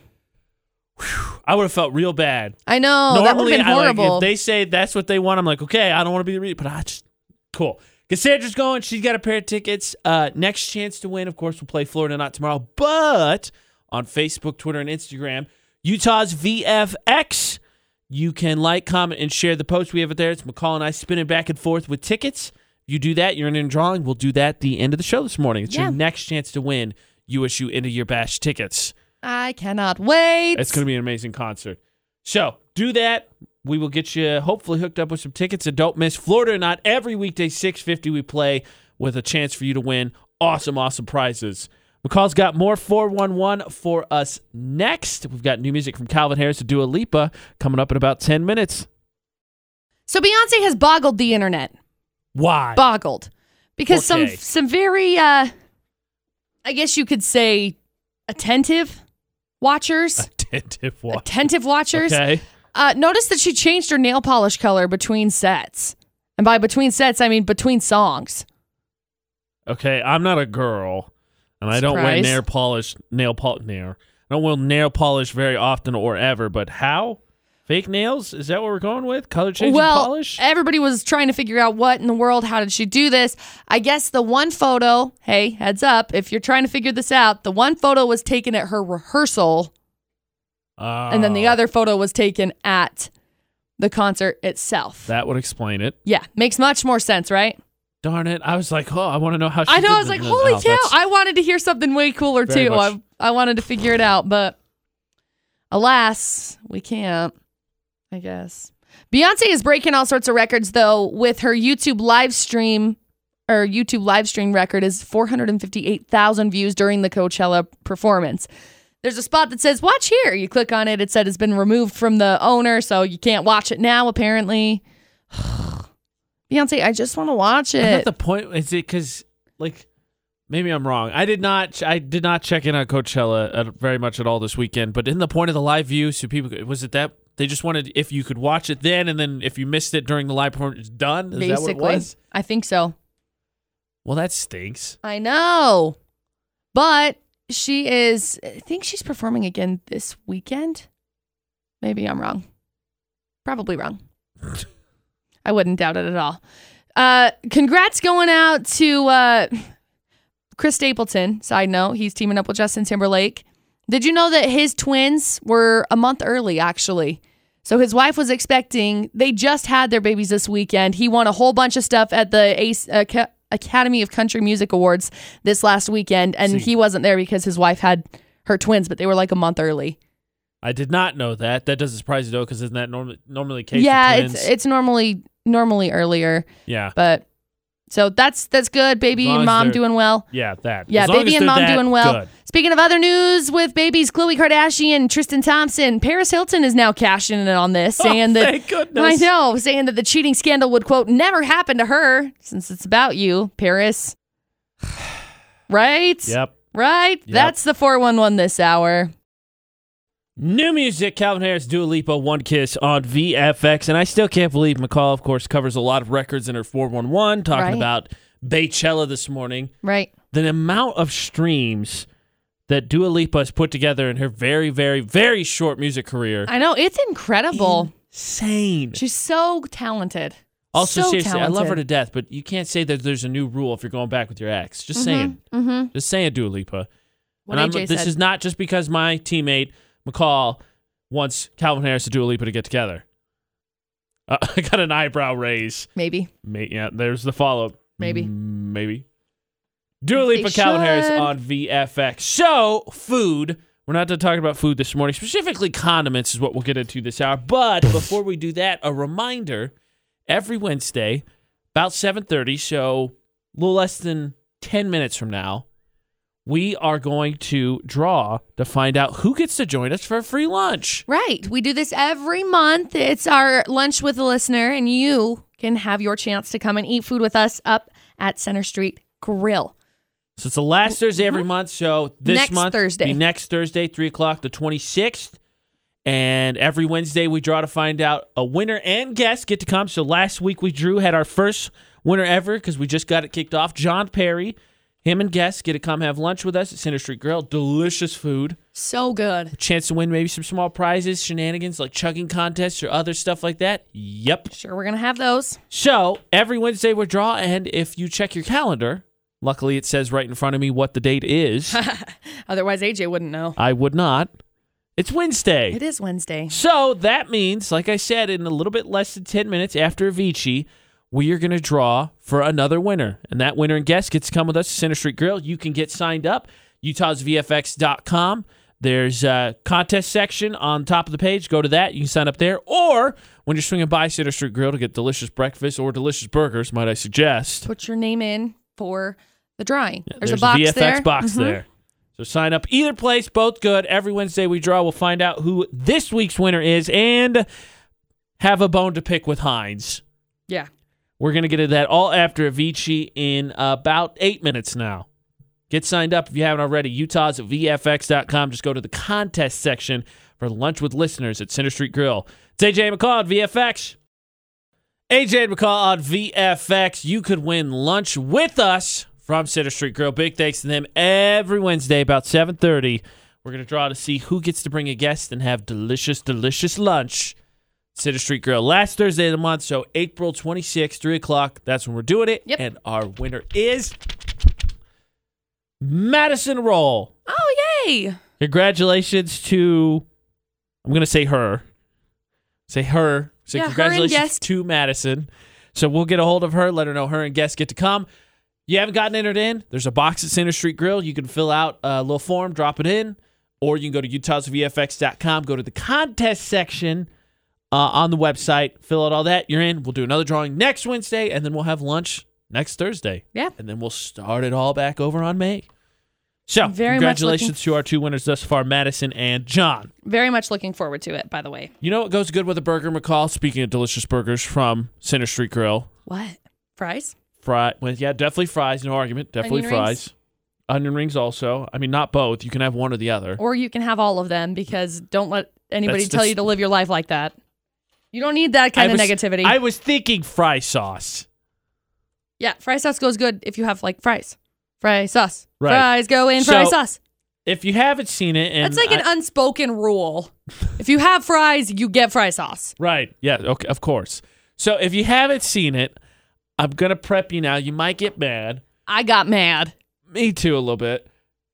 A: I would have felt real bad.
B: I know that would
A: Normally,
B: have been
A: I, like,
B: horrible.
A: if they say that's what they want, I'm like, okay, I don't want to be the reader, but I just cool. Cassandra's going. She's got a pair of tickets. Uh, next chance to win, of course, we'll play Florida not tomorrow, but on Facebook, Twitter, and Instagram, Utah's VFX. You can like, comment, and share the post. We have it there. It's McCall and I spinning back and forth with tickets. You do that, you're in a drawing. We'll do that the end of the show this morning. It's
B: Yeah.
A: your next chance to win USU end of year bash tickets.
B: I cannot wait.
A: It's going to be an amazing concert. So do that. We will get you hopefully hooked up with some tickets. And don't miss Florida or not. Every weekday, 650, we play with a chance for you to win awesome, awesome prizes. McCall's got more 411 for us next. We've got new music from Calvin Harris to Dua Lipa coming up in about 10 minutes.
B: so Beyonce has boggled the internet.
A: Why?
B: Boggled. Because
A: Okay.
B: some some very uh I guess you could say attentive watchers.
A: Attentive watch.
B: Attentive watchers.
A: Uh, Okay.
B: Uh, notice that she changed her nail polish color between sets. And by between sets, I mean between songs.
A: Okay. I'm not a girl, and I don't wear
B: Surprise.
A: nail polish, nail polish, nail. I don't wear nail polish very often or ever, but how? Fake nails? Is that what we're going with? Color changing
B: well, eh,
A: polish?
B: everybody was trying to figure out what in the world, how did she do this? I guess the one photo, hey, heads up, if you're trying to figure this out, the one photo was taken at her rehearsal, and then the
A: Oh,
B: other photo was taken at the concert itself.
A: That would explain it.
B: yeah, makes much more sense, right?
A: Darn it! I was like, oh, I want to know how. She
B: I know.
A: did
B: I was
A: this.
B: like, holy
A: Oh,
B: cow!
A: that's-
B: I wanted to hear something way cooler
A: Very
B: too.
A: much.
B: I I wanted to figure it out, but alas, we can't. I guess Beyonce is breaking all sorts of records though with her YouTube live stream. Her YouTube live stream record is 458,000 views during the Coachella performance. There's a spot that says "Watch here." You click on it. It said it's been removed from the owner, so you can't watch it now. Apparently, Beyonce, I just want to watch
A: I thought
B: it.
A: the point is it because like maybe I'm wrong. I did not. I did not check in on Coachella at, very much at all this weekend. But in the point of the live view, so people could- was it that they just wanted if you could watch it then, and then if you missed it during the live performance, it's done. Is that what it
B: Basically,
A: was?
B: I think so.
A: Well, that stinks.
B: I know. But she is, I think she's performing again this weekend. Maybe I'm wrong. Probably wrong. I wouldn't doubt it at all. Uh, congrats going out to uh, Chris Stapleton. Side note, he's teaming up with Justin Timberlake. Did you know that his twins were a month early, actually? So his wife was expecting, they just had their babies this weekend. He won a whole bunch of stuff at the Ace, Aca- Academy of Country Music Awards this last weekend, and
A: See.
B: he wasn't there because his wife had her twins, but they were like a month early.
A: I did not know that. That doesn't surprise you though, because isn't that normally normally the case? with
B: yeah,
A: twins?
B: it's it's normally normally earlier,
A: yeah,
B: but so that's that's good. Baby
A: As long
B: and
A: as
B: mom
A: they're-
B: doing well.
A: yeah, that.
B: Yeah,
A: As long
B: baby
A: as
B: and
A: they're
B: mom
A: that
B: doing well.
A: good.
B: Speaking of other news with babies, Khloe Kardashian, Tristan Thompson, Paris Hilton is now cashing in on this, saying
A: oh,
B: that
A: thank goodness.
B: I know, saying that the cheating scandal would quote never happen to her since it's about you, Paris. right?
A: Yep.
B: Right?
A: Yep.
B: That's the 411 this hour.
A: New music, Calvin Harris, Dua Lipa, One Kiss on VFX. And I still can't believe McCall, of course, covers a lot of records in her 411, talking
B: Right.
A: about Baychella this morning.
B: Right.
A: The amount of streams that Dua Lipa has put together in her very, very, very short music career.
B: I know, it's incredible.
A: Insane.
B: She's so talented.
A: Also,
B: So
A: seriously, I love her
B: talented.
A: to death, but you can't say that there's a new rule if you're going back with your ex. Just saying.
B: Mm-hmm.
A: Just saying, Dua Lipa.
B: What
A: and
B: AJ
A: I'm, this
B: said.
A: is not just because my teammate McCall wants Calvin Harris and Dua Lipa to get together. Uh, I got an eyebrow raise.
B: Maybe.
A: May, yeah, there's the follow up.
B: Maybe.
A: maybe. Dua Lipa, Calvin Harris
B: should.
A: on VFX. So, food. We're not done talking about food this morning. Specifically, condiments is what we'll get into this hour. But before we do that, a reminder: every Wednesday, about seven thirty, so a little less than ten minutes from now, we are going to draw to find out who gets to join us for a free lunch.
B: Right. We do this every month. It's our lunch with a listener, and you can have your chance to come and eat food with us up at Center Street Grill.
A: So it's the last Thursday every month. So this
B: Mm-hmm. Next
A: month,
B: Thursday.
A: be next Thursday, three o'clock, the twenty sixth, and every Wednesday we draw to find out a winner and guest get to come. So last week we drew had our first winner ever because we just got it kicked off. John Perry, him and guests get to come have lunch with us at Center Street Grill. Delicious food,
B: So good.
A: chance to win maybe some small prizes, shenanigans like chugging contests or other stuff like that. Yep.
B: Sure, we're going to have those.
A: So every Wednesday we draw, and if you check your calendar, luckily it says right in front of me what the date is.
B: Otherwise, AJ wouldn't know.
A: I would not. It's Wednesday.
B: It is Wednesday.
A: So that means, like I said, in a little bit less than 10 minutes after Avicii, we are going to draw for another winner. And that winner and guest gets to come with us to Center Street Grill. You can get signed up, utahsvfx.com. There's a contest section on top of the page. Go to that. You can sign up there. Or when you're swinging by Center Street Grill to get delicious breakfast or delicious burgers, might I suggest,
B: Put your name in for the drawing. there's, a
A: a
B: box
A: VFX
B: there. Mm-hmm.
A: box there. So sign up either place, both good. Every Wednesday we draw. We'll find out who this week's winner is and have a bone to pick with Hines.
B: Yeah.
A: We're going to get into that all after Avicii in about eight minutes now. Get signed up if you haven't already. Utah's at VFX.com. Just go to the contest section for lunch with listeners at Center Street Grill. It's AJ McCall at VFX. AJ McCall on VFX. You could win lunch with us from Center Street Grill. Big thanks to them every Wednesday about 7.30. We're going to draw to see who gets to bring a guest and have delicious, delicious lunch. Center Street Grill last Thursday of the month. So April 26th, 3 o'clock. That's when we're doing it.
B: Yep.
A: And our winner is Madison Roll.
B: Oh, yay.
A: Congratulations to, I'm going to say her. Say her. Say
B: Yeah, her and
A: congratulations
B: guest.
A: to Madison. So we'll get a hold of her, let her know her and guests get to come. You haven't gotten entered in. There's a box at Center Street Grill. You can fill out a little form, drop it in, or you can go to utahsvfx.com, go to the contest section uh, on the website, fill out all that. You're in. We'll do another drawing next Wednesday, and then we'll have lunch next Thursday.
B: Yeah.
A: And then we'll start it all back over on May. So,
B: Very much
A: congratulations to our two winners thus far, Madison and John.
B: Very much looking forward to it, by the way.
A: You know what goes good with a burger, McCall? Speaking of delicious burgers from Center Street Grill,
B: What? Fries?
A: fry. Well, yeah, definitely fries. No argument. Definitely
B: Onion
A: fries.
B: rings?
A: Onion rings also. I mean, not both. You can have one or the other.
B: Or you can have all of them because don't let anybody
A: That's-
B: tell
A: that's-
B: you to live your life like that. You don't need that kind
A: I
B: of
A: was-
B: negativity.
A: I was thinking fry sauce.
B: Yeah, fry sauce goes good if you have like fries. Fry sauce.
A: Right.
B: Fries go in
A: So-
B: fry sauce.
A: If you haven't seen it, and
B: That's like an
A: I-
B: unspoken rule. if you have fries, you get fry sauce.
A: right, yeah, okay, of course. So if you haven't seen it, I'm gonna prep you now. You might get mad.
B: I got mad.
A: Me too, a little bit.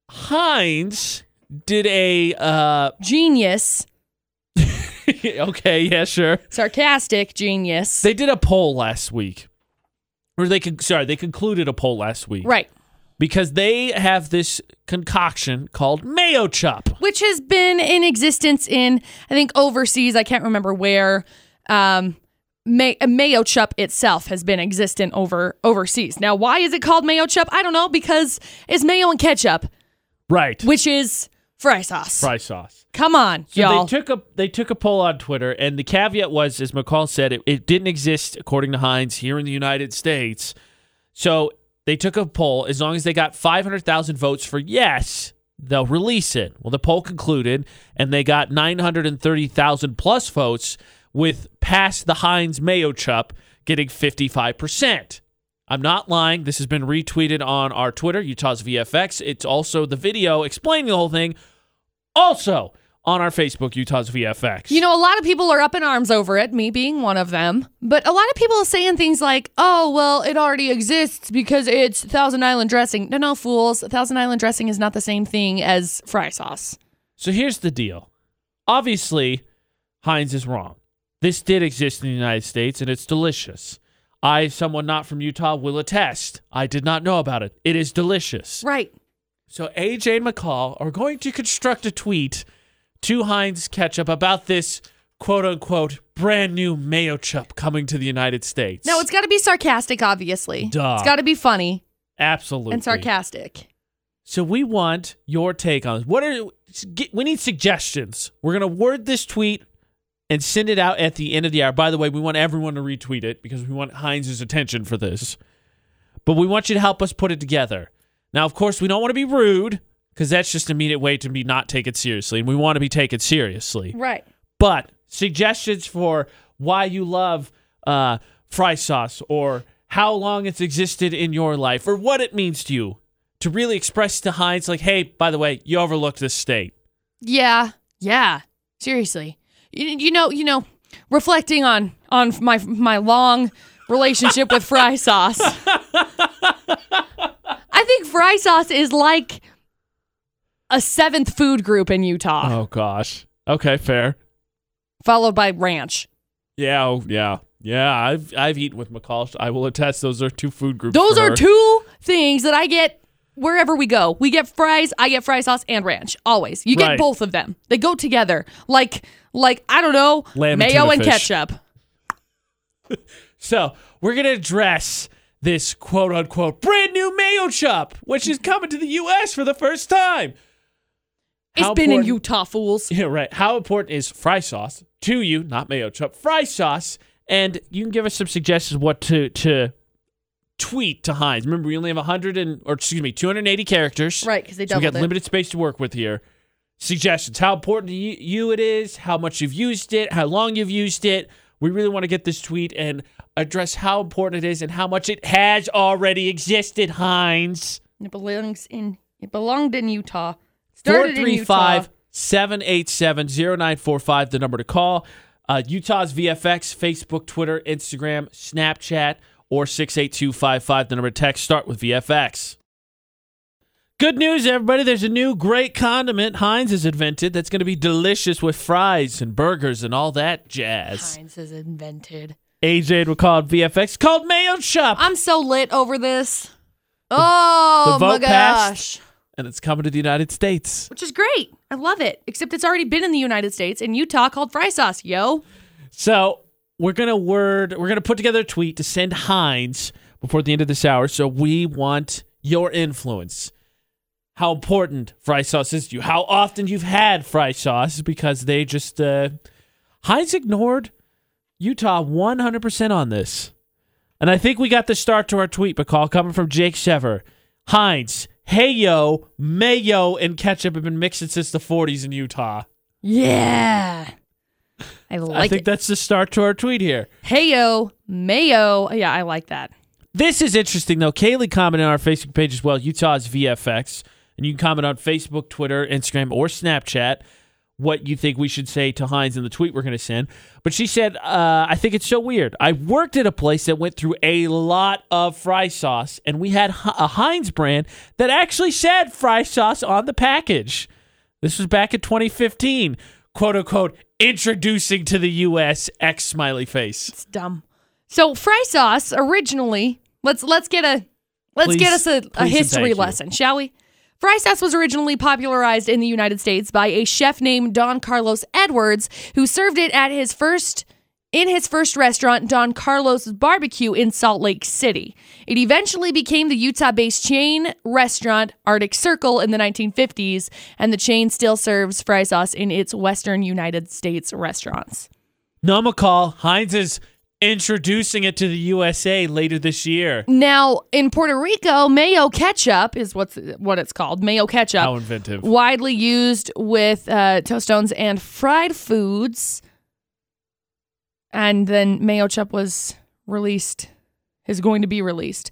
A: Heinz did a uh
B: Genius,
A: okay, yeah, sure.
B: sarcastic genius.
A: They did a poll last week, or they con- sorry, they concluded a poll last week,
B: right.
A: Because they have this concoction called mayo chop.
B: Which has been in existence in I think overseas, I can't remember where. Um May- uh, mayo chup itself has been existent over overseas. Now, why is it called mayo chup? I don't know because it's mayo and ketchup,
A: Right.
B: which is fry sauce.
A: Fry sauce.
B: Come on,
A: So
B: y'all.
A: they took a they took a poll on Twitter, and the caveat was, as McCall said, it, it didn't exist according to Heinz here in the United States. So they took a poll. As long as they got five hundred thousand votes for yes, they'll release it. Well, the poll concluded, and they got nine hundred and thirty thousand plus votes, with past the Heinz Mayo Chup getting fifty five percent. I'm not lying. This has been retweeted on our Twitter, Utah's VFX. It's also the video explaining the whole thing. Also on our Facebook, Utah's VFX.
B: You know, a lot of people are up in arms over it, me being one of them. But a lot of people are saying things like, oh, well, it already exists because it's Thousand Island dressing. No, no, fools. Thousand Island dressing is not the same thing as fry sauce.
A: So here's the deal. Obviously, Heinz is wrong. This did exist in the United States and it's delicious. I, someone not from Utah, will attest. I did not know about it. It is delicious.
B: Right.
A: So AJ and McCall are going to construct a tweet to Heinz Ketchup about this quote unquote brand new mayo chup coming to the United States.
B: No, it's got to be sarcastic, obviously.
A: Duh.
B: It's got to be funny
A: absolutely
B: and sarcastic.
A: So we want your take on this. What are get, we need suggestions? We're gonna word this tweet and send it out at the end of the hour. By the way, we want everyone to retweet it because we want Heinz's attention for this. But we want you to help us put it together. Now, of course, we don't want to be rude because that's just an immediate way to be not taken seriously, and we want to be taken seriously.
B: Right.
A: But suggestions for why you love uh, fry sauce or how long it's existed in your life or what it means to you to really express to Heinz, like, hey, by the way, you overlooked this state.
B: Yeah. Yeah. Seriously. You, you know, you know, reflecting on on my my long relationship with fry sauce. I think fry sauce is like a seventh food group in Utah,
A: Oh, gosh. Okay, fair.
B: followed by ranch.
A: Yeah, oh, yeah. Yeah, I've I've eaten with McCall. I will attest those are two food groups.
B: Those
A: for
B: are
A: her.
B: two things that I get wherever we go. We get fries, I get fry sauce and ranch. Always. You get
A: Right.
B: both of them. They go together. Like like I don't know,
A: Lamb and
B: mayo and
A: tuna fish.
B: ketchup.
A: So we're gonna address this quote unquote brand new mayo chop, which is coming to the US for the first time.
B: It's
A: How
B: been in
A: important-
B: Utah, fools.
A: Yeah, right. How important is fry sauce to you? Not mayo chop, fry sauce. And you can give us some suggestions what to to tweet to Heinz. Remember, we only have 100 and or excuse me, 280 characters.
B: Right, because they
A: So we
B: doubled
A: got
B: it.
A: limited space to work with here. Suggestions: How important to you, you it is, how much you've used it, how long you've used it. We really want to get this tweet and address how important it is and how much it has already existed. Heinz
B: It belongs in it belonged in Utah.
A: four
B: Started in
A: three
B: Utah.
A: five seven eight seven zero nine four five. The number to call. Uh, Utah's VFX Facebook, Twitter, Instagram, Snapchat, or six eight two five five. The number to text. Start with VFX. Good news, everybody. There's a new great condiment Heinz has invented that's going to be delicious with fries and burgers and all that jazz.
B: Heinz is invented.
A: AJ would call it VFX called Mayo Shop.
B: I'm so lit over this. Oh
A: the
B: my
A: vote passed.
B: gosh.
A: And it's coming to the United States.
B: Which is great. I love it. Except it's already been in the United States and Utah called fry sauce, yo.
A: So we're gonna word we're gonna put together a tweet to send Heinz before the end of this hour. So we want your influence. How important fry sauce is to you. How often you've had fry sauce because they just uh Heinz ignored Utah 100% on this. And I think we got the start to our tweet, but call coming from Jake Sever. Heinz, hey yo, mayo, and ketchup have been mixing since the 40s in Utah.
B: Yeah. I like
A: I think
B: it.
A: that's the start to our tweet here.
B: Heyo, mayo. Yeah, I like that.
A: This is interesting though. Kaylee commented on our Facebook page as well. Utah's VFX, and you can comment on Facebook, Twitter, Instagram, or Snapchat what you think we should say to Heinz in the tweet we're going to send. But she said, uh, "I think it's so weird. I worked at a place that went through a lot of fry sauce, and we had H- a Heinz brand that actually said fry sauce on the package. This was back in 2015, quote unquote, introducing to the U.S. X smiley face."
B: It's dumb. So fry sauce originally, let's let's get a let's
A: Please-
B: get us a, a
A: please and
B: history
A: thank you.
B: lesson, shall we? Fry sauce was originally popularized in the United States by a chef named Don Carlos Edwards, who served it at his first in his first restaurant, Don Carlos Barbecue in Salt Lake City. It eventually became the Utah-based chain restaurant Arctic Circle in the 1950s, and the chain still serves fry sauce in its western United States restaurants.
A: No McCall, Heinz is introducing it to the USA later this year.
B: Now in Puerto Rico, mayo ketchup is what's what it's called. Mayo ketchup,
A: How inventive.
B: widely used with uh, tostones and fried foods, and then mayo chup was released, is going to be released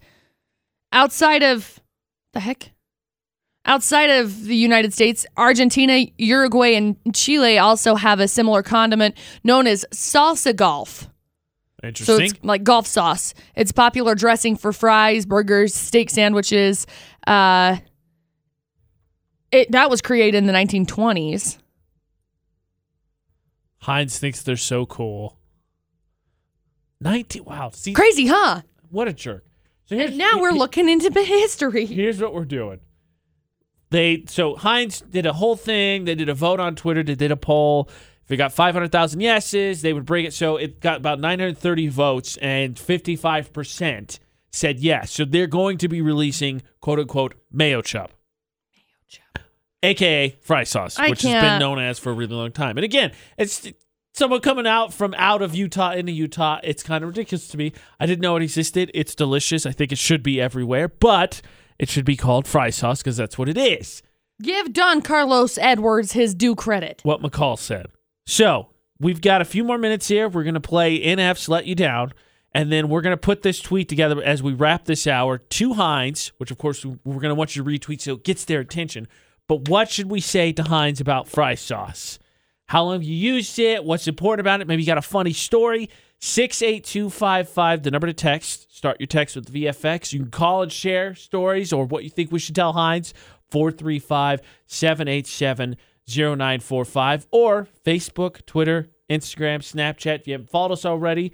B: outside of the heck, Outside of the United States, Argentina, Uruguay, and Chile also have a similar condiment known as salsa golf. So
A: Interesting.
B: it's like golf sauce. It's popular dressing for fries, burgers, steak sandwiches. Uh, it that was created in the 1920s.
A: Heinz thinks they're so cool. 19. Wow. See,
B: Crazy, huh?
A: what a jerk. So here's,
B: And now we're looking into the history.
A: Here's what we're doing. They so Heinz did a whole thing. They did a vote on Twitter. They did a poll. If it got 500,000 yeses, they would bring it. So it got about 930 votes, and 55% said yes. So they're going to be releasing quote unquote mayo chop. AKA fry sauce,
B: I
A: which has been
B: can't.
A: known as for a really long time. And again, it's someone coming out from out of Utah into Utah. It's kind of ridiculous to me. I didn't know it existed. It's delicious. I think it should be everywhere, but it should be called fry sauce because that's what it is.
B: Give Don Carlos Edwards his due credit.
A: What McCall said. So we've got a few more minutes here. We're going to play NF's Let You Down. And then we're going to put this tweet together as we wrap this hour to Hines, which of course we're going to want you to retweet so it gets their attention. But what should we say to Hines about fry sauce? How long have you used it? What's important about it? Maybe you got a funny story. 68255, the number to text. Start your text with VFX. You can call and share stories or what you think we should tell Hines. 435 787 0945 or Facebook, Twitter, Instagram, Snapchat. If you haven't followed us already,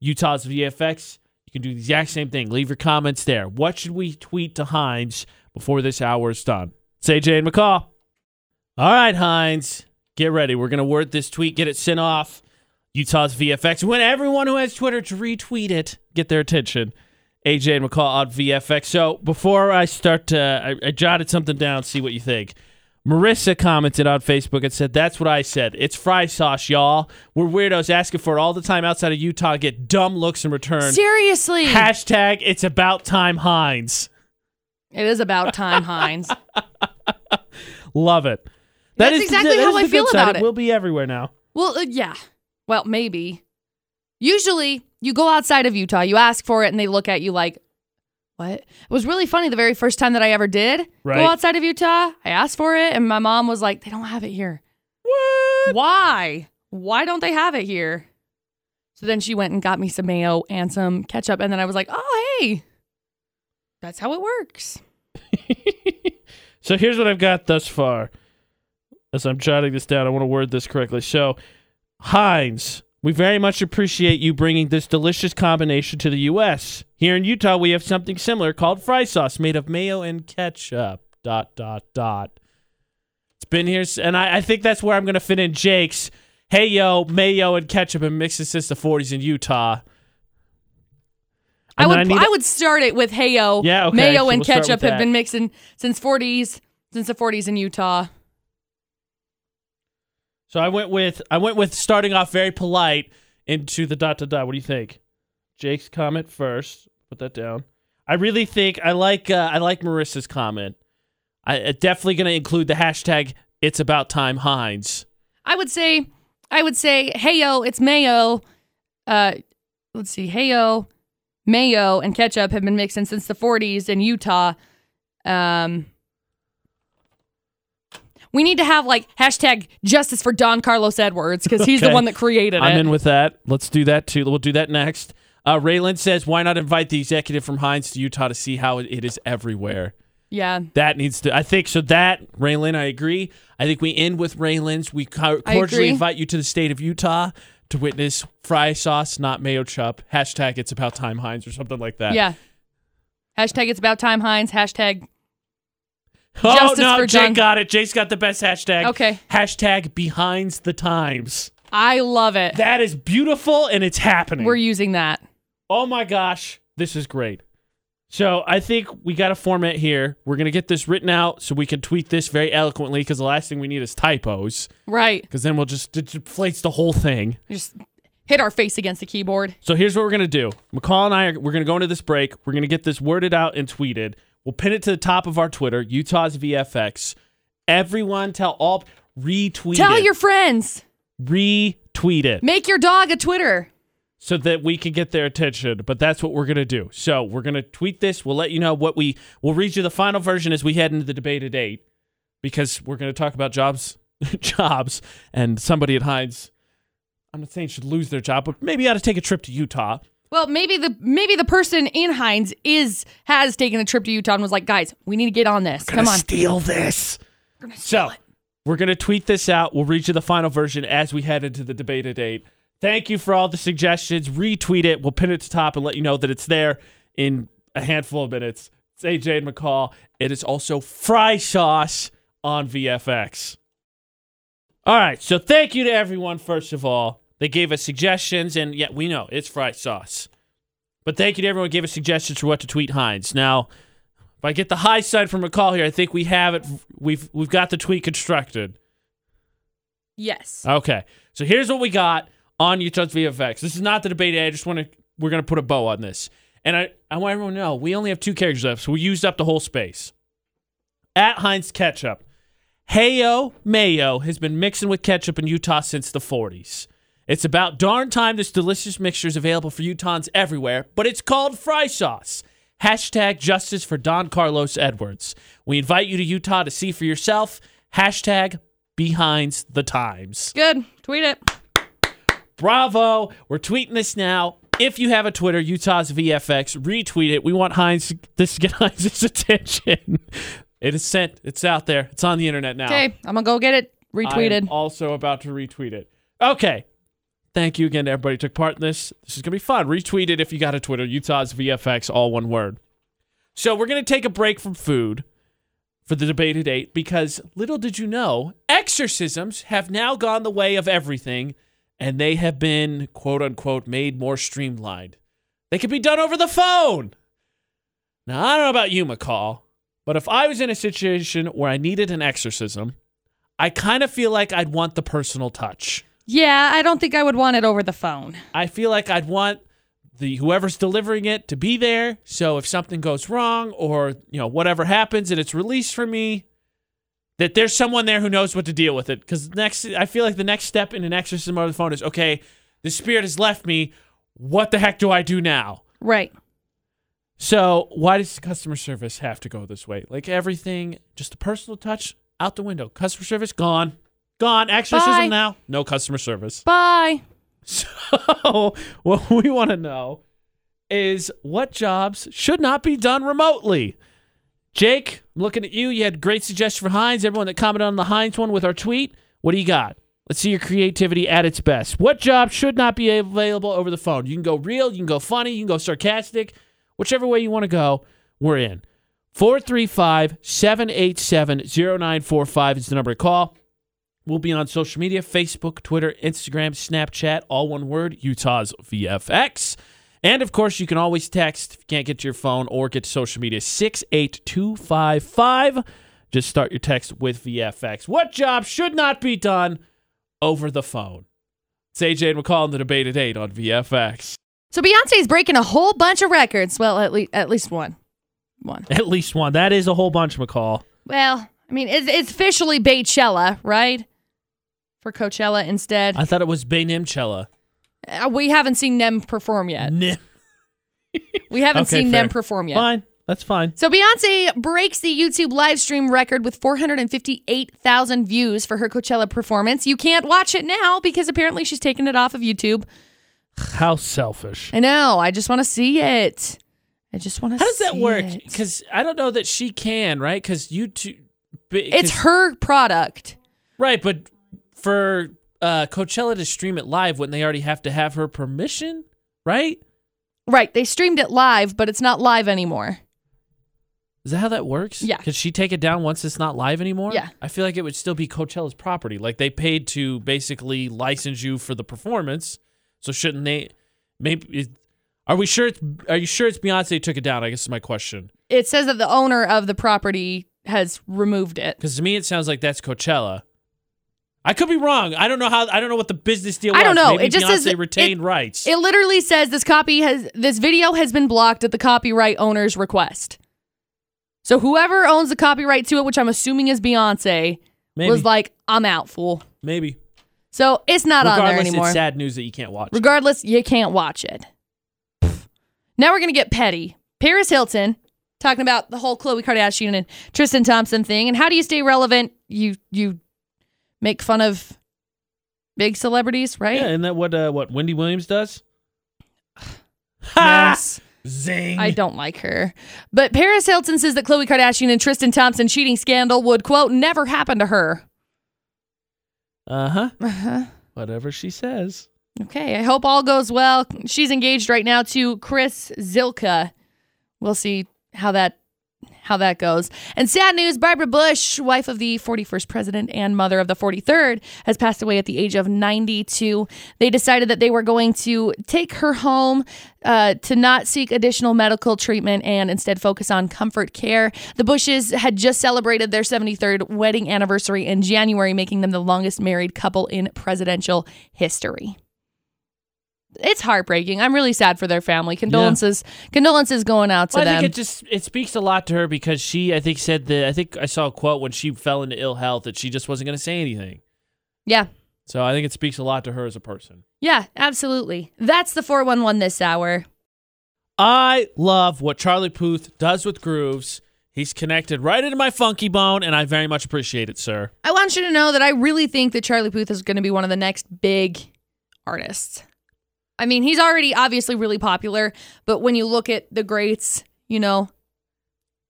A: Utah's VFX. You can do the exact same thing. Leave your comments there. What should we tweet to Hines before this hour is done? Say Jane McCall. All right, Hines, get ready. We're going to word this tweet, get it sent off. Utah's VFX. We want everyone who has Twitter to retweet it, get their attention. AJ and McCall on VFX. So before I start, to, I, I jotted something down, see what you think. Marissa commented on Facebook and said, That's what I said. It's fry sauce, y'all. We're weirdos asking for it all the time outside of Utah, get dumb looks in return.
B: Seriously,
A: Hashtag, it's about time, Hines.
B: it is about time, Hines.
A: Love it.
B: That's
A: the-
B: exactly
A: that
B: how
A: is
B: I
A: the
B: feel
A: good side.
B: about it.
A: We'll be everywhere now.
B: Well, uh, yeah. Well, maybe. Usually, you go outside of Utah, you ask for it, and they look at you like, what? It was really funny the very first time that I ever did
A: Right.
B: go outside of Utah. I asked for it, and my mom was like, they don't have it here. What? Why? Why don't they have it here? So then she went and got me some mayo and some ketchup, and then I was like, oh, hey, that's how it works.
A: So here's what I've got thus far. As I'm jotting this down, I want to word this correctly. So, Heinz, we very much appreciate you bringing this delicious combination to the U.S. Here in Utah, we have something similar called fry sauce made of mayo and ketchup. Dot, dot, dot. It's been here, s- and I, I think that's where I'm going to fit in Jake's. Hey, yo, mayo and ketchup and mixes since the 40s in Utah.
B: I
A: And
B: would
A: then
B: I,
A: need-
B: would start it with heyo.
A: Yeah, okay,
B: Mayo
A: so
B: and
A: we'll start
B: ketchup
A: with
B: have
A: that.
B: been mixing since 40s, since the 40s in Utah.
A: So I went with I went with starting off very polite into the dot dot dot. What do you think? Jake's comment first. Put that down. I really think I like uh, I like Marissa's comment. I, I definitely going to include the hashtag. It's about time Heinz.
B: I would say I would say heyo, it's mayo. Uh, let's see, heyo, mayo and ketchup have been mixing since the 40s in Utah. Um, we need to have like hashtag justice for Don Carlos Edwards because he's the
A: Okay.
B: one that created
A: I'm
B: it.
A: in with that. Let's do that too. We'll do that next. Uh, Raylan says, "Why not invite the executive from Heinz to Utah to see how it- it is everywhere?"
B: yeah,
A: That needs to. I think so. That Raylan, I agree. I think we end with Raylan's. We co- cordially
B: agree.
A: invite you to the state of Utah to witness fry sauce, not mayo chup. Hashtag it's about time Heinz or something like that.
B: yeah. Hashtag it's about time, Hines. Hashtag
A: Oh
B: Justice
A: no,
B: for
A: Jake
B: John-
A: got it. Jake's got the best hashtag.
B: Okay.
A: Hashtag behinds the times.
B: I love it.
A: That is beautiful and it's happening.
B: We're using that.
A: Oh my gosh, this is great. So I think we got a format here. We're gonna get this written out so we can tweet this very eloquently because the last thing we need is typos.
B: Right.
A: because then we'll just it deflates the whole thing.
B: Just hit our face against the keyboard.
A: So here's what we're gonna do. McCall and I are we're gonna go into this break. We're gonna get this worded out and tweeted. We'll pin it to the top of our Twitter, Utah's VFX. Everyone tell all retweet
B: Tell
A: it.
B: your friends.
A: retweet it.
B: Make your dog a Twitter.
A: so that we can get their attention. But that's what we're going to do. So we're going to tweet this. We'll let you know what we, we'll read you the final version as we head into the debate at eight because we're going to talk about jobs, jobs, and somebody at Heinz. I'm not saying should lose their job, but maybe ought to take a trip to Utah.
B: Well, maybe the maybe the person in Hines is has taken a trip to Utah and was like, guys, we need to get on this. Come on.
A: steal this. so we're gonna tweet this out. We'll read you the final version as we head into the debate at eight. Thank you for all the suggestions. Retweet it. We'll pin it to top and let you know that it's there in a handful of minutes. It's AJ and McCall. It is also fry sauce on VFX. All right. So thank you to everyone, first of all. They gave us suggestions, and yeah, we know it's fry sauce. But thank you to everyone who gave us suggestions for what to tweet Heinz. Now, if I get the high side from McCall here, I think we have it. We've we've got the tweet constructed.
B: Yes.
A: Okay. So here's what we got on Utah's VFX. This is not the debate. I just want to we're gonna put a bow on this. And I, I want everyone to know we only have two characters left, so we used up the whole space. At Heinz Ketchup. Heyo Mayo has been mixing with ketchup in Utah since the 40s. It's about darn time this delicious mixture is available for Utahns everywhere, but it's called fry sauce. Hashtag justice for Don Carlos Edwards. We invite you to Utah to see for yourself. Hashtag behinds the times.
B: Good. Tweet it.
A: Bravo. We're tweeting this now. If you have a Twitter, Utah's VFX, retweet it. We want Heinz this to get Heinz's attention. It is sent. It's out there. It's on the internet now.
B: Okay. I'm gonna go get it
A: I am
B: retweeted.
A: also about to retweet it. Okay. Thank you again to everybody who took part in this. This is going to be fun. Retweet it if you got a Twitter, Utah's VFX, all one word. So we're going to take a break from food for the debate at 8 because little did you know, exorcisms have now gone the way of everything and they have been, quote unquote, made more streamlined. They can be done over the phone. Now, I don't know about you, McCall, but if I was in a situation where I needed an exorcism, I kind of feel like I'd want the personal touch.
B: yeah, I don't think I would want it over the phone.
A: I feel like I'd want the whoever's delivering it to be there. So if something goes wrong or, you know, whatever happens and it's released for me, that there's someone there who knows what to deal with it. Cause next I feel like the next step in an exorcism over the phone is okay, the spirit has left me. What the heck do I do now?
B: Right.
A: So why does customer service have to go this way? Like everything, just a personal touch out the window. Customer service gone. Gone. Exorcism
B: Bye.
A: now. No customer service.
B: Bye.
A: So, what we want to know is what jobs should not be done remotely. Jake, I'm looking at you. You had great suggestion for Heinz. Everyone that commented on the Heinz one with our tweet, what do you got? Let's see your creativity at its best. What job should not be available over the phone? You can go real, you can go funny, you can go sarcastic, whichever way you want to go, we're in. 435 787 0945 is the number to call. We'll be on social media Facebook, Twitter, Instagram, Snapchat, all one word, Utah's VFX. And of course, you can always text if you can't get to your phone or get to social media 68255. Just start your text with VFX. What job should not be done over the phone? It's AJ and McCall in the debate at 8 on VFX.
B: So Beyonce's breaking a whole bunch of records. Well, at least at least one. One.
A: At least one. That is a whole bunch, McCall.
B: Well, I mean, it's, it's officially Baychella, right? For Coachella instead.
A: I thought it was Bay Nimchella.
B: Uh, we haven't seen them perform yet.
A: Nim-
B: We haven't
A: Okay,
B: seen them
A: fair.
B: perform yet.
A: Fine. That's fine.
B: So Beyonce breaks the YouTube live stream record with 458,000 views for her Coachella performance. You can't watch it now because apparently she's taken it off of YouTube.
A: How selfish.
B: I know. I just want to see it. I just want to.
A: How does that work? Because I don't know that she can, right? Because YouTube,
B: it's her product.
A: right, but for uh, Coachella to stream it live, wouldn't they already have to have her permission, right?
B: Right. They streamed it live, but it's not live anymore.
A: Is that how that works?
B: Yeah.
A: Could she take it down once it's not live anymore?
B: Yeah.
A: I feel like it would still be Coachella's property. Like they paid to basically license you for the performance, so shouldn't they? Maybe. is- Are we sure? It's, are you sure it's Beyonce who took it down? I guess is my question.
B: It says that the owner of the property has removed it.
A: Because to me, it sounds like that's Coachella. I could be wrong. I don't know how. I don't know what the business deal.
B: I don't
A: was.
B: know.
A: Maybe
B: It just
A: Beyonce
B: says-
A: retained rights.
B: It literally says this copy has this video has been blocked at the copyright owner's request. So whoever owns the copyright to it, which I'm assuming is Beyonce,
A: maybe.
B: was like, "I'm out, fool."
A: maybe.
B: So it's not on there
A: Regardless,
B: anymore.
A: it's sad news that you can't watch.
B: Regardless, you can't watch it. Pff. Now we're going to get petty. Paris Hilton talking about the whole Khloe Kardashian and Tristan Thompson thing and how do you stay relevant? You you make fun of big celebrities, right?
A: yeah, isn't that what uh, what Wendy Williams does? Ha!
B: Yes.
A: Zing.
B: I don't like her. But Paris Hilton says that Khloe Kardashian and Tristan Thompson cheating scandal would quote never happen to her.
A: Uh huh.
B: Uh-huh.
A: Whatever she says.
B: Okay, I hope all goes well. She's engaged right now to Chris Zilka. We'll see how that how that goes. And sad news, Barbara Bush, wife of the 41st president and mother of the 43rd, has passed away at the age of 92. They decided that they were going to take her home uh, to not seek additional medical treatment and instead focus on comfort care. The Bushes had just celebrated their 73rd wedding anniversary in January, making them the longest married couple in presidential history it's heartbreaking. I'm really sad for their family. Condolences, condolences going out to
A: Well, I
B: them.
A: think it just it speaks a lot to her because she I think said that I think I saw a quote when she fell into ill health that she just wasn't going to say anything.
B: yeah,
A: So I think it speaks a lot to her as a person.
B: yeah, absolutely. That's the four one one this hour.
A: I love what Charlie Puth does with grooves. He's connected right into my funky bone, and I very much appreciate it, sir.
B: I want you to know that I really think that Charlie Puth is going to be one of the next big artists. I mean, he's already obviously really popular, but when you look at the greats, you know,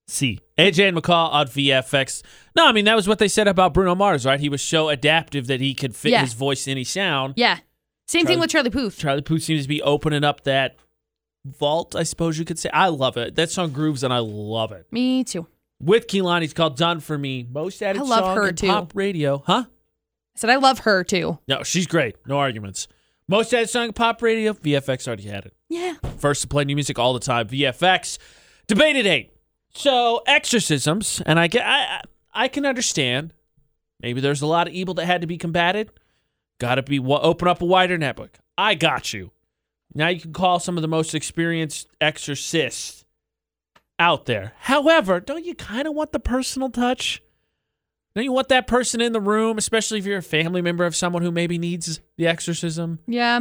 A: See, AJ and McCall on VFX. No, I mean that was what they said about Bruno Mars, right? He was so adaptive that he could fit
B: Yeah.
A: his voice to any sound.
B: yeah. Same
A: Charlie-
B: thing with Charlie Puth.
A: Charlie Puth seems to be opening up that vault, I suppose you could say. I love it. That song grooves, and I love it.
B: Me too.
A: With Kehlani, it's called "Done for Me." Most added
B: I love
A: song
B: her,
A: in
B: too.
A: pop radio, huh?
B: I said I love her too.
A: No, she's great. No arguments. Most added song in pop radio. VFX already had it.
B: Yeah.
A: First to play new music all the time. VFX debated eight. So exorcisms, and I get, I, I I can understand. Maybe there's a lot of evil that had to be combated. Got to be wa- open up a wider network. I got you. Now you can call some of the most experienced exorcists out there. However, don't you kind of want the personal touch? Don't you want that person in the room, especially if you're a family member of someone who maybe needs the exorcism?
B: Yeah.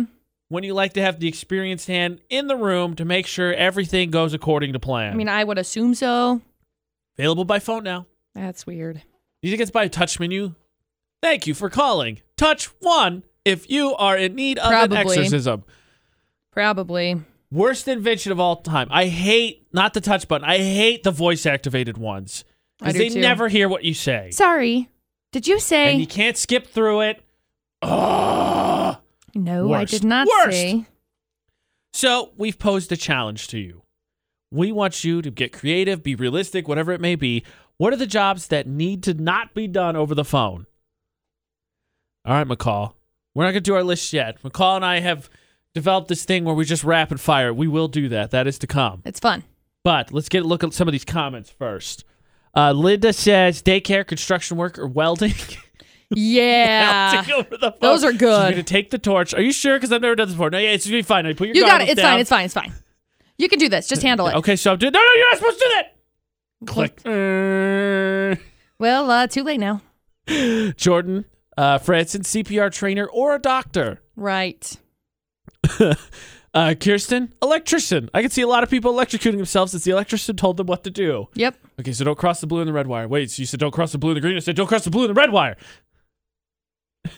A: when you like to have the experienced hand in the room to make sure everything goes according to plan.
B: I mean, I would assume so.
A: available by phone now.
B: That's weird.
A: You think it's by touch menu? Thank you for calling. Touch one if you are in need of
B: Probably.
A: an exorcism.
B: Probably.
A: Worst invention of all time. I hate not the touch button. I hate the voice activated ones
B: I
A: because
B: do
A: they
B: too.
A: never hear what you say,
B: Sorry. Did you say
A: and you can't skip through it. Ugh.
B: No, I
A: Worst.
B: did not
A: Worst.
B: say.
A: So we've posed a challenge to you. We want you to get creative, be realistic, whatever it may be. What are the jobs that need to not be done over the phone? All right, McCall. We're not going to do our list yet. McCall and I have developed this thing where we just rapid fire. We will do that. That is to come.
B: It's fun.
A: But let's get a look at some of these comments first. Uh, Linda says daycare, construction work, or welding.
B: Yeah.
A: Welding over the phone.
B: Those are good.
A: She's going to take the torch. Are you sure? Because I've never done this before. No, yeah, it's going to be fine. I put your
B: you got
A: goggles
B: it. It's
A: down.
B: fine. It's fine. It's fine. You can do this. Just handle it.
A: Okay, so I'm doing. No, no, you're not supposed to do that. Click. Uh,
B: Well, uh, too late now.
A: Jordan, uh, Franson, CPR trainer or a doctor.
B: Right.
A: Uh, Kirsten, electrician. I can see a lot of people electrocuting themselves since the electrician told them what to do.
B: Yep.
A: Okay, so don't cross the blue and the red wire. Wait, so you said don't cross the blue and the green. I said don't cross the blue and the red wire.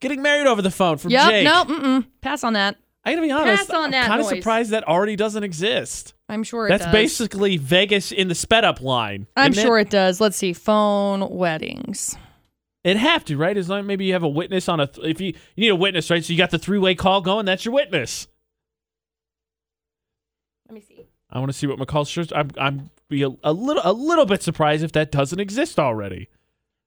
A: Getting married over the phone from
B: Yep.
A: Jake.
B: No. Mm-mm. Pass on that.
A: I gotta be honest.
B: Pass on that
A: I'm kind of
B: noise.
A: surprised that already doesn't exist.
B: I'm sure it
A: That's
B: does.
A: basically Vegas in the sped up line.
B: I'm
A: isn't it?
B: sure it does. Let's see. Phone weddings.
A: It'd have to, right? As long maybe you have a witness on a th- if you you need a witness, right? So you got the three way call going. That's your witness.
B: Let me see.
A: I want to see what McCall's shirt. I'm I'm be a, a little a little bit surprised if that doesn't exist already.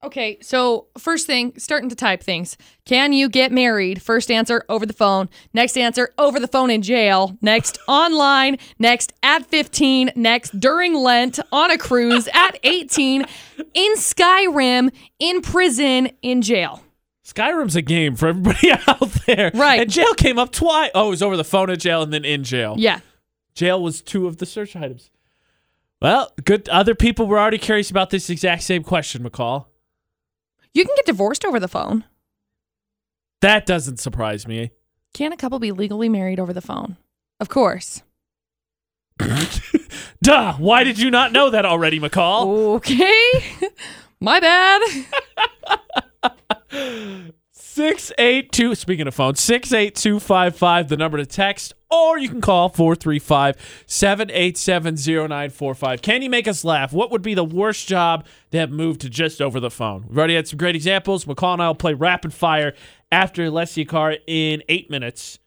B: Okay, so first thing, starting to type things. Can you get married? First answer over the phone. Next answer over the phone in jail. Next online. Next at 15. Next during Lent on a cruise at 18. In Skyrim, in prison, in jail.
A: Skyrim's a game for everybody out there,
B: Right.
A: And jail came up twice. Oh, it was over the phone in jail and then in jail.
B: Yeah.
A: Jail was two of the search items. Well, good. Other people were already curious about this exact same question, McCall.
B: You can get divorced over the phone.
A: That doesn't surprise me.
B: Can a couple be legally married over the phone? Of course.
A: Duh. Why did you not know that already, McCall?
B: Oh. Okay. My bad.
A: 682, speaking of phone, 68255, the number to text, or you can call 435 787 0945. Can you make us laugh? What would be the worst job to have moved to just over the phone? We've already had some great examples. McCall and I will play rapid fire after Leslie Carr in eight minutes.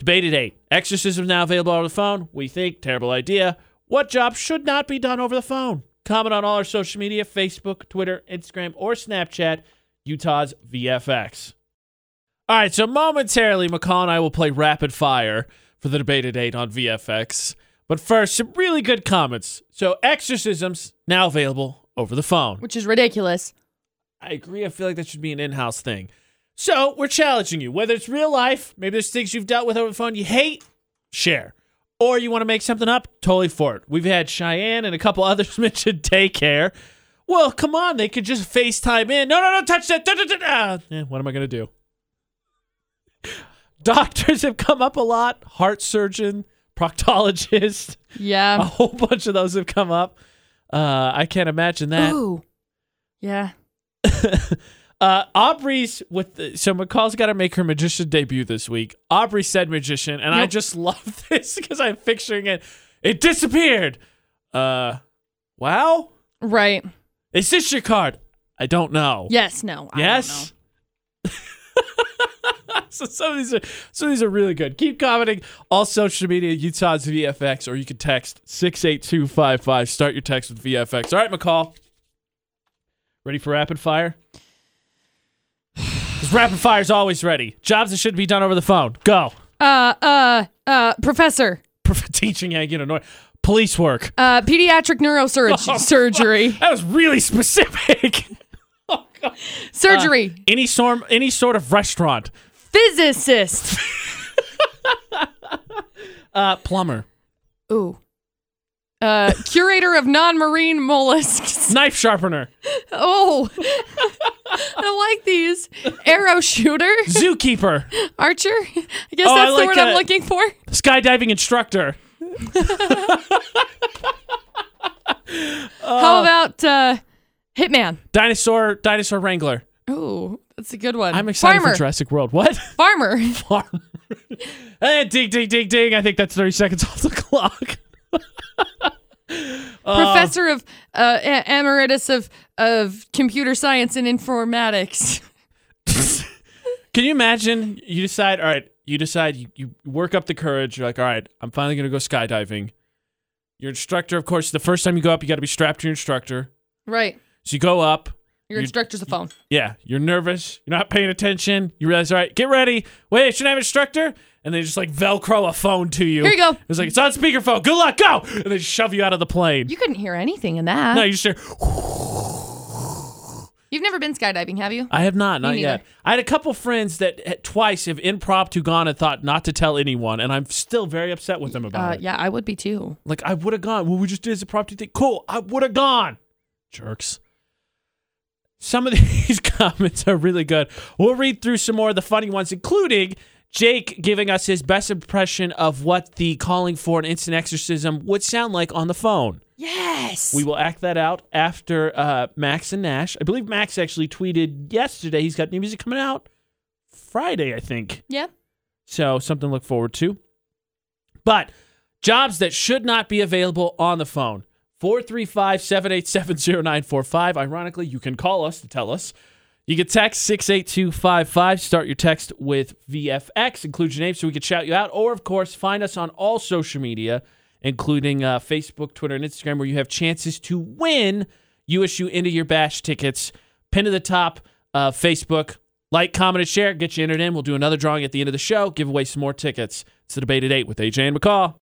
A: Debated eight. Exorcism now available over the phone. We think terrible idea. What job should not be done over the phone? Comment on all our social media Facebook, Twitter, Instagram, or Snapchat, Utah's VFX. All right, so momentarily, McCall and I will play rapid fire for the debated eight on VFX. But first, some really good comments. So, exorcisms now available over the phone.
B: Which is ridiculous.
A: I agree. I feel like that should be an in house thing. So we're challenging you. Whether it's real life, maybe there's things you've dealt with over the phone you hate, share. Or you want to make something up, totally for it. We've had Cheyenne and a couple others mention daycare. Well, come on, they could just FaceTime in. No, no, no, touch that. Da, da, da, da. Eh, what am I going to do? Doctors have come up a lot. Heart surgeon, proctologist, a
B: Yeah.
A: whole bunch of those have come up. Uh, I can't imagine that.
B: Ooh. Yeah.
A: Uh, Aubrey's with the, so McCall's got to make her magician debut this week. Aubrey said magician, and I
B: Yep.
A: just love this because I'm picturing it. It disappeared. Uh, wow.
B: Right.
A: Is this your card? I don't know.
B: Yes, no. I don't know.
A: Yes. so some of these are some of these are really good. Keep commenting. All social media, Utah's VFX, or you can text six eight two five five. Start your text with VFX. All right, McCall. Ready for rapid fire? 'Cause rapid fire's always ready. Jobs that should be done over the phone. Go.
B: Uh, uh, uh, professor,
A: Prof- Teaching how to get annoyed. Police work.
B: uh, pediatric neurosurgery, surgery,
A: That was really specific. oh, God.
B: surgery,
A: Any sort, any sort of restaurant.
B: physicist.
A: Uh, plumber.
B: Ooh. Uh, curator of non-marine mollusks.
A: Knife sharpener.
B: Oh, I like these. Arrow shooter,
A: zookeeper,
B: archer. I guess
A: Oh, I
B: that's the
A: like
B: word
A: that.
B: I'm looking for.
A: skydiving instructor,
B: How about uh, hitman?
A: dinosaur dinosaur wrangler.
B: Ooh, that's a good one.
A: I'm excited
B: Farmer.
A: for Jurassic World. What?
B: Farmer.
A: Farm. Eh, ding ding ding ding. I think that's 30 seconds off the clock.
B: Professor of uh, e- emeritus of of computer science and informatics.
A: Can you imagine? You decide. All right. You decide. You, you work up the courage. You're like, all right. I'm finally gonna go skydiving. Your instructor, of course, the first time you go up, you got to be strapped to your instructor.
B: Right.
A: So you go up.
B: Your
A: You-
B: instructor's a phone.
A: Yeah, you're nervous. You're not paying attention. You realize, all right, get ready. Wait, should I have an instructor? And they just like Velcro a phone to you.
B: Here you go.
A: It's like, it's on speakerphone. Good luck. Go. And they shove you out of the plane.
B: You couldn't hear anything in that.
A: no, you just hear,
B: You've never been skydiving, have you?
A: I have not, not
B: neither.
A: yet. I had a couple friends that had- twice have impromptu gone and thought not to tell anyone. And I'm still very upset with them about
B: Uh,
A: it.
B: yeah, I would be too.
A: Like, I would have gone. Well, we just did this impromptu thing. Cool. I would have gone. Jerks. Some of these comments are really good. We'll read through some more of the funny ones, including Jake giving us his best impression of what the calling for an instant exorcism would sound like on the phone.
B: Yes.
A: We will act that out after uh, Max and Nash. I believe Max actually tweeted yesterday. He's got new music coming out Friday, I think.
B: yeah.
A: So something to look forward to. But jobs that should not be available on the phone. 435-787-0945. Ironically, you can call us to tell us. You can text 68255. Start your text with VFX. Include your name so we can shout you out. Or, of course, find us on all social media, including uh, Facebook, Twitter, and Instagram, where you have chances to win USU Into Your Bash tickets. Pin to the top, uh, Facebook. Like, comment, and share. Get you entered in. We'll do another drawing at the end of the show. Give away some more tickets. It's the debate at 8 with AJ and McCall.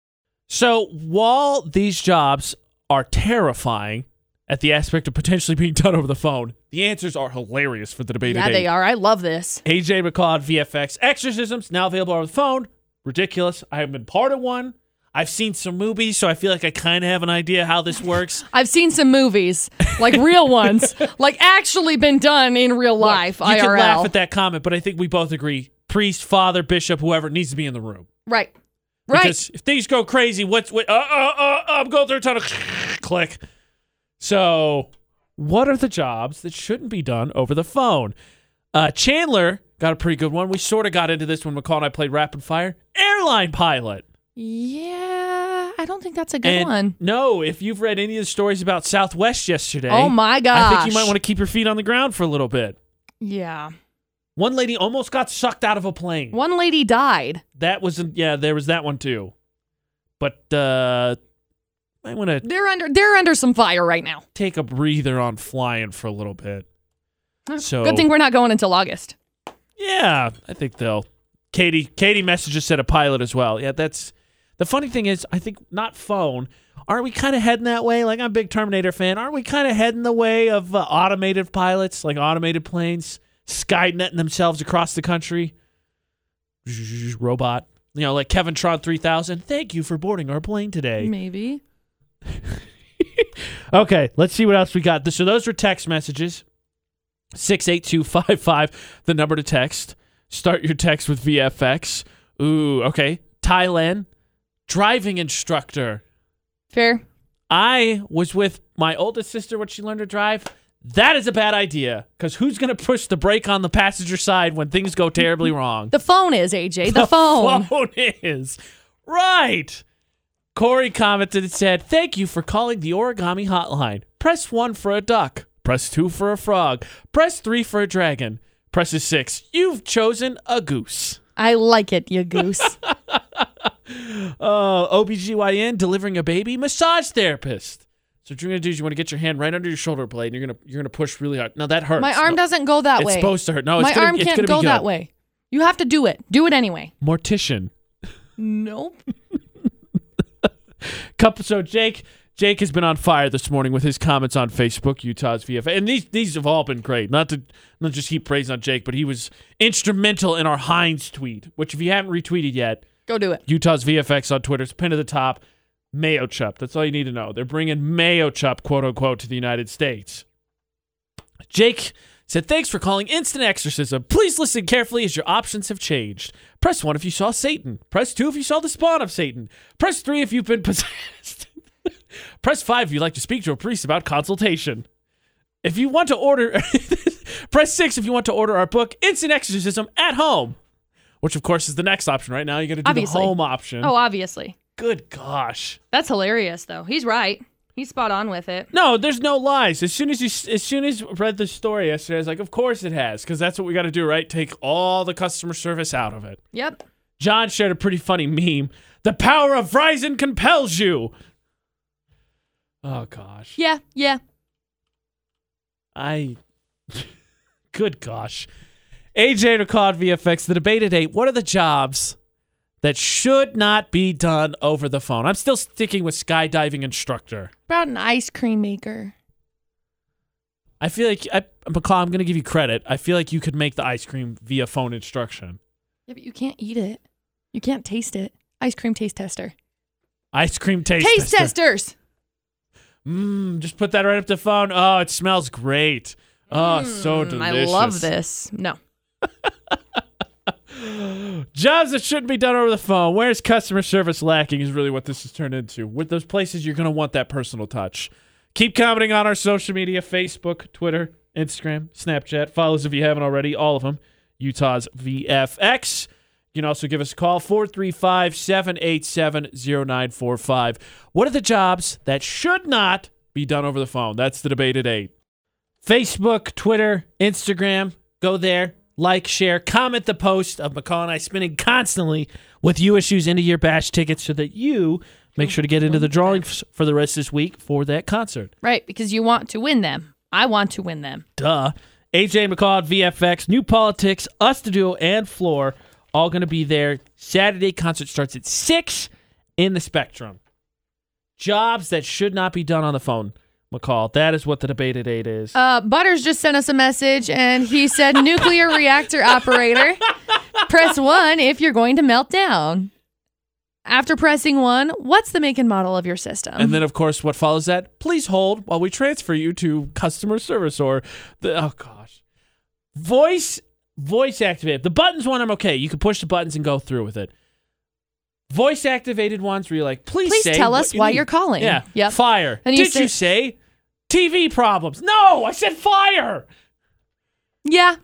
A: So while these jobs are terrifying at the aspect of potentially being done over the phone, the answers are hilarious for the debate
B: Yeah,
A: at 8.
B: they are. I love this.
A: AJ McCall at VFX. Exorcisms now available on the phone. Ridiculous. I have been part of one. I've seen some movies, so I feel like I kind of have an idea how this works.
B: I've seen some movies, like real ones, like actually been done in real life.
A: you
B: IRL.
A: can laugh at that comment, but I think we both agree: priest, father, bishop, whoever needs to be in the room.
B: Right. Right.
A: Because if things go crazy, what's what? Uh, uh, uh, I'm going through a ton of click. So, what are the jobs that shouldn't be done over the phone? Uh, Chandler got a pretty good one. We sort of got into this when McCall and I played rapid fire. Airline pilot.
B: yeah. I don't think that's a good
A: and
B: one.
A: no, if you've read any of the stories about Southwest yesterday,
B: Oh my gosh.
A: I think you might want to keep your feet on the ground for a little bit.
B: Yeah.
A: One lady almost got sucked out of a plane.
B: One lady died.
A: That was yeah, there was that one too. But uh, I want to
B: They're under they're under some fire right now.
A: take a breather on flying for a little bit. So-
B: good thing we're not going until August.
A: Yeah, I think they'll. Katie, Katie messages said a pilot as well. Yeah, that's the funny thing is I think not phone. Aren't we kind of heading that way? Like I'm a big Terminator fan. Aren't we kind of heading the way of uh, automated pilots, like automated planes, skynetting themselves across the country? Robot, you know, like Kevin Tron 3000. Thank you for boarding our plane today.
B: Maybe.
A: Okay, let's see what else we got. So those were text messages. 68255, the number to text. Start your text with VFX. Ooh, okay. Thailand, driving instructor.
B: Fair.
A: I was with my oldest sister when she learned to drive. That is a bad idea because who's going to push the brake on the passenger side when things go terribly wrong?
B: The phone is AJ. The, phone.
A: phone is. Right. Corey commented and said, Thank you for calling the origami hotline. Press one for a duck. Press two for a frog. Press three for a dragon. Presses six. You've chosen a goose.
B: I like it, you goose.
A: Uh, OBGYN delivering a baby. Massage therapist. So what you're gonna do is you want to get your hand right under your shoulder blade and you're gonna you're gonna push really hard. Now that hurts.
B: My arm
A: No,
B: doesn't go that
A: It's
B: way.
A: supposed to hurt. No, it's
B: My
A: gonna,
B: arm
A: it's
B: can't
A: gonna
B: go
A: be good.
B: that way. You have to do it. Do it anyway.
A: Mortician.
B: Nope.
A: Couple. So Jake, Jake has been on fire this morning with his comments on Facebook, Utah's VFA, and these these have all been great. Not to not just keep praise on Jake, but he was instrumental in our Hines tweet, which if you haven't retweeted yet,
B: Go do it.
A: Utah's VFX on Twitter's pin at the top. Mayo Chup. That's all you need to know. They're bringing Mayo Chup, quote unquote, to the United States. Jake said, Thanks for calling Instant Exorcism. Please listen carefully as your options have changed. Press one if you saw Satan. Press two if you saw the spawn of Satan. Press three if you've been possessed. Press five if you'd like to speak to a priest about consultation. If you want to order, press six if you want to order our book, Instant Exorcism at Home, which of course is the next option right now. You got to do
B: Obviously.
A: the home option.
B: Oh, obviously.
A: Good gosh.
B: That's hilarious though. He's right. He's spot on with it.
A: No, there's no lies. As soon as you, as soon as I read the story yesterday, I was like, of course it has, because that's what we got to do, right? Take all the customer service out of it.
B: Yep.
A: John shared a pretty funny meme. The power of Verizon compels you. Oh gosh,
B: Yeah, yeah.
A: I. Good gosh, AJ recalled VFX the debate today. What are the jobs that should not be done over the phone? I'm still sticking with skydiving instructor.
B: About an ice cream maker.
A: I feel like I, McCall, I'm going to give you credit. I feel like you could make the ice cream via phone instruction.
B: Yeah, but you can't eat it. You can't taste it. Ice cream taste tester.
A: Ice cream taste.
B: Taste testers.
A: Mmm. Just put that right up the phone. Oh, it smells great. Oh, so
B: Mm,
A: delicious.
B: I love this. No.
A: Jobs that shouldn't be done over the phone. Where's customer service lacking is really what this has turned into. With those places, you're going to want that personal touch. Keep commenting on our social media Facebook, Twitter, Instagram, Snapchat. Follow us if you haven't already, all of them. Utah's VFX. You can also give us a call, 435 787 0945. What are the jobs that should not be done over the phone? That's the debate at 8. Facebook, Twitter, Instagram. Go there, like, share, comment the post of McCall and I spinning constantly with you issues into your bash tickets so that you make sure to get into the drawing f- for the rest of this week for that concert.
B: Right, because you want to win them. I want to win them.
A: Duh. AJ McCall at VFX, New Politics, Us the Duo, and Floor all going to be there. Saturday concert starts at 6 in the Spectrum. Jobs that should not be done on the phone. McCall, that is what the debate at 8 is.
B: Uh, Butters just sent us a message and he said nuclear reactor operator. Press one if you're going to melt down. After pressing one, what's the make and model of your system?
A: And then, of course, what follows that? Please hold while we transfer you to customer service or the oh gosh, voice voice activated. The buttons one, I'm okay. You can push the buttons and go through with it. Voice activated ones where you're like, please,
B: Please
A: say
B: tell
A: what
B: us
A: you
B: why
A: need.
B: you're calling.
A: Yeah.
B: Yep.
A: Fire.
B: And you
A: Did
B: say-
A: you say TV problems? No, I said fire.
B: yeah.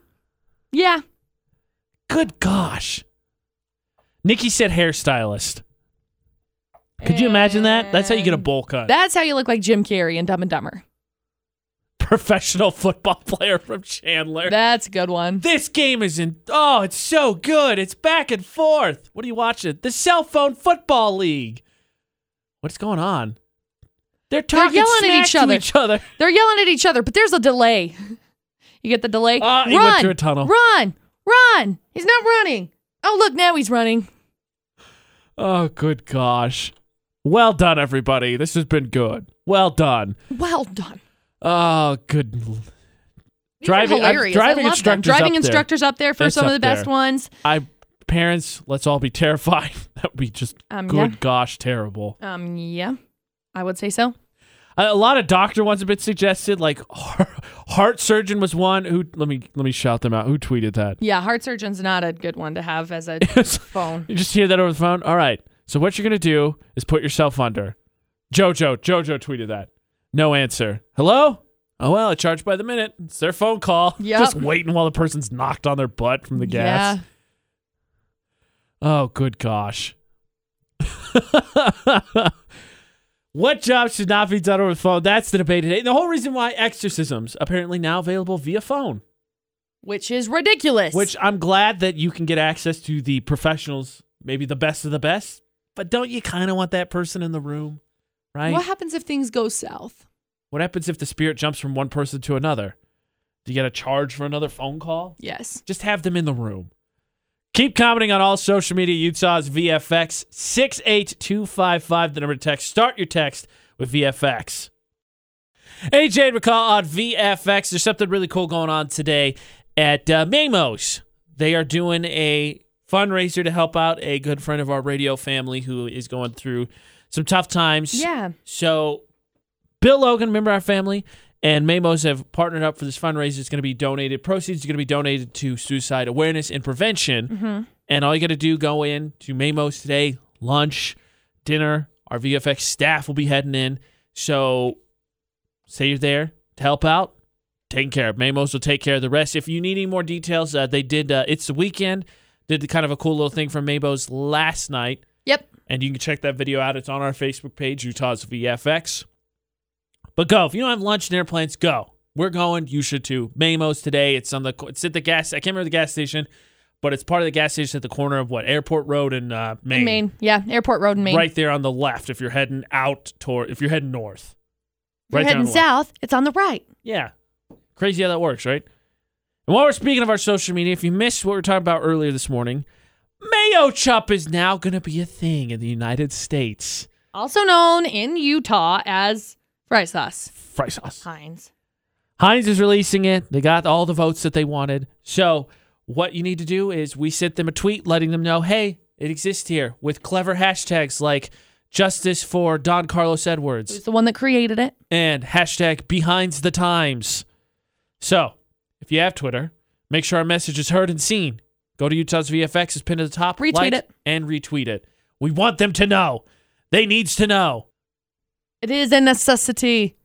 B: Yeah.
A: Good gosh. Nikki said hairstylist. Could you imagine that? That's how you get a bowl cut.
B: That's how you look like Jim Carrey in Dumb and Dumber.
A: Professional football player from Chandler.
B: That's a good one.
A: This game is in. Oh, it's so good. It's back and forth. What are you watching? The Cell Phone Football League. What's going on? They're talking
B: yelling
A: smack
B: at each
A: to
B: other.
A: each other.
B: They're yelling at each other, but there's a delay. You get the delay?
A: Ah,
B: run,
A: he went through a tunnel.
B: Run! Run! He's not running. Oh, look, now he's running.
A: Oh, good gosh. Well done, everybody. This has been good. Well done.
B: Well done.
A: Oh, good.
B: These are
A: Driving- I'm-
B: hilarious. I
A: driving
B: love them.
A: instructors
B: Driving
A: up there.
B: instructors up there for
A: It's
B: some of
A: up
B: the best
A: there.
B: ones.
A: I parents, let's all be terrified. that would be just
B: Um,
A: good
B: yeah.
A: gosh terrible.
B: Um, yeah, I would say so.
A: A, a lot of doctor ones have been suggested. Like heart, heart surgeon was one who. Let me let me shout them out. Who tweeted that?
B: Yeah, heart surgeon's not a good one to have as a phone.
A: you just hear that over the phone. All right. So what you're gonna do is put yourself under. Jojo Jojo tweeted that. No answer. Hello. Oh well, I charge by the minute. It's their phone call.
B: Yep.
A: Just waiting while the person's knocked on their butt from the gas.
B: Yeah.
A: Oh, good gosh. what job should not be done over the phone? That's the debate today. The whole reason why exorcisms apparently now available via phone,
B: Which is ridiculous.
A: which I'm glad that you can get access to the professionals, maybe the best of the best. But don't you kind of want that person in the room, right?
B: what happens if things go south?
A: What happens if the spirit jumps from one person to another? Do you get a charge for another phone call?
B: Yes.
A: Just have them in the room. Keep commenting on all social media. Utah's VFX 68255, the number to text. Start your text with VFX. AJ and McCall on VFX. There's something really cool going on today at uh, Mamos. They are doing a fundraiser to help out a good friend of our radio family who is going through some tough times.
B: Yeah.
A: So, Bill Logan, member of our family, and Mamos have partnered up for this fundraiser. It's going to be donated. Proceeds are going to be donated to suicide awareness and prevention. And all you got to do go in to Mamos today, lunch, dinner. Our VFX staff will be heading in. So, say you're there to help out. Taken care of. Mamos will take care of the rest. If you need any more details, uh, they did. Uh, it's the weekend. Did kind of a cool little thing from Mamos last night.
B: Yep.
A: And you can check that video out. It's on our Facebook page, Utah's VFX. But go. If you don't have lunch and airplanes, go. We're going. You should too. Mamos today. It's on the it's at the gas. I can't remember the gas station, but it's part of the gas station at the corner of what Airport Road and uh, Maine.
B: Maine. Yeah. Airport Road in Maine.
A: Right there on the left. If you're heading out toward, if you're heading north,
B: If you're
A: right there on
B: heading
A: the left.
B: south, it's on the right.
A: Yeah. Crazy how that works, right? And while we're speaking of our social media, if you missed what we were talking about earlier this morning, Mayo Chup is now going to be a thing in the United States.
B: Also known in Utah as fry sauce.
A: Fry sauce.
B: Heinz.
A: Heinz is releasing it. They got all the votes that they wanted. So, what you need to do is we sent them a tweet letting them know, hey, it exists here with clever hashtags like justice for Don Carlos Edwards
B: Who's the one that created it?
A: and hashtag behind the times. So, if you have Twitter, make sure our message is heard and seen. Go to Utah's VFX, it's pinned to the top.
B: Retweet
A: like,
B: it.
A: And retweet it. We want them to know. They needs to know.
B: It is a necessity.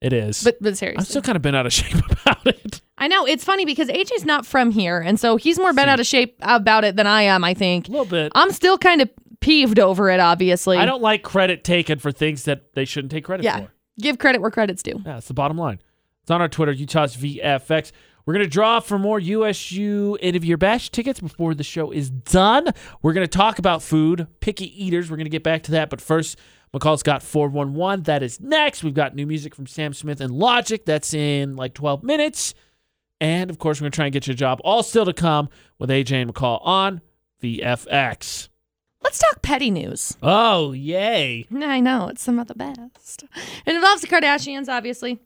A: It is.
B: But but seriously.
A: I've still kind of been out of shape about it.
B: I know it's funny because AJ's not from here, and so he's more bent out of shape about it than I am. I think
A: A little bit.
B: I'm still kind of peeved over it. Obviously,
A: I don't like credit taken for things that they shouldn't take credit
B: Yeah,
A: for.
B: give credit where credit's due.
A: Yeah, that's the bottom line. It's on our Twitter, Utah's VFX. We're going to draw for more USU end of year bash tickets before the show is done. We're going to talk about food, picky eaters. We're going to get back to that. But first, McCall's got 411. That is next. We've got new music from Sam Smith and Logic. That's in like 12 minutes. And of course, we're going to try and get you a job. All still to come with AJ and McCall on VFX.
B: Let's talk petty news.
A: Oh, yay.
B: I know it's some of the best. It involves the Kardashians, obviously,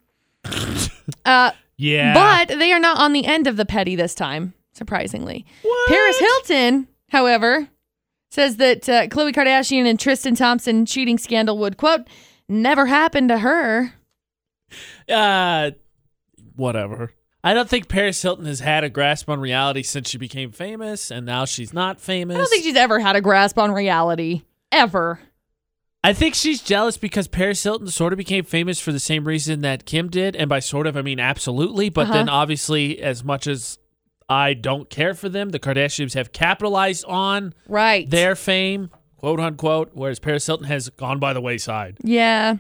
B: uh,
A: Yeah.
B: but they are not on the end of the petty this time. Surprisingly,
A: What?
B: Paris Hilton, however, says that uh, Khloe Kardashian and Tristan Thompson cheating scandal would, quote, never happen to her.
A: Uh, whatever. I don't think Paris Hilton has had a grasp on reality since she became famous, and now she's not famous.
B: I don't think she's ever had a grasp on reality. Ever.
A: I think she's jealous because Paris Hilton sort of became famous for the same reason that Kim did, and by sort of I mean absolutely. But then
B: Uh-huh.
A: obviously, as much as I don't care for them, the Kardashians have capitalized on
B: Right.
A: their fame, quote unquote, whereas Paris Hilton has gone by the wayside.
B: Yeah.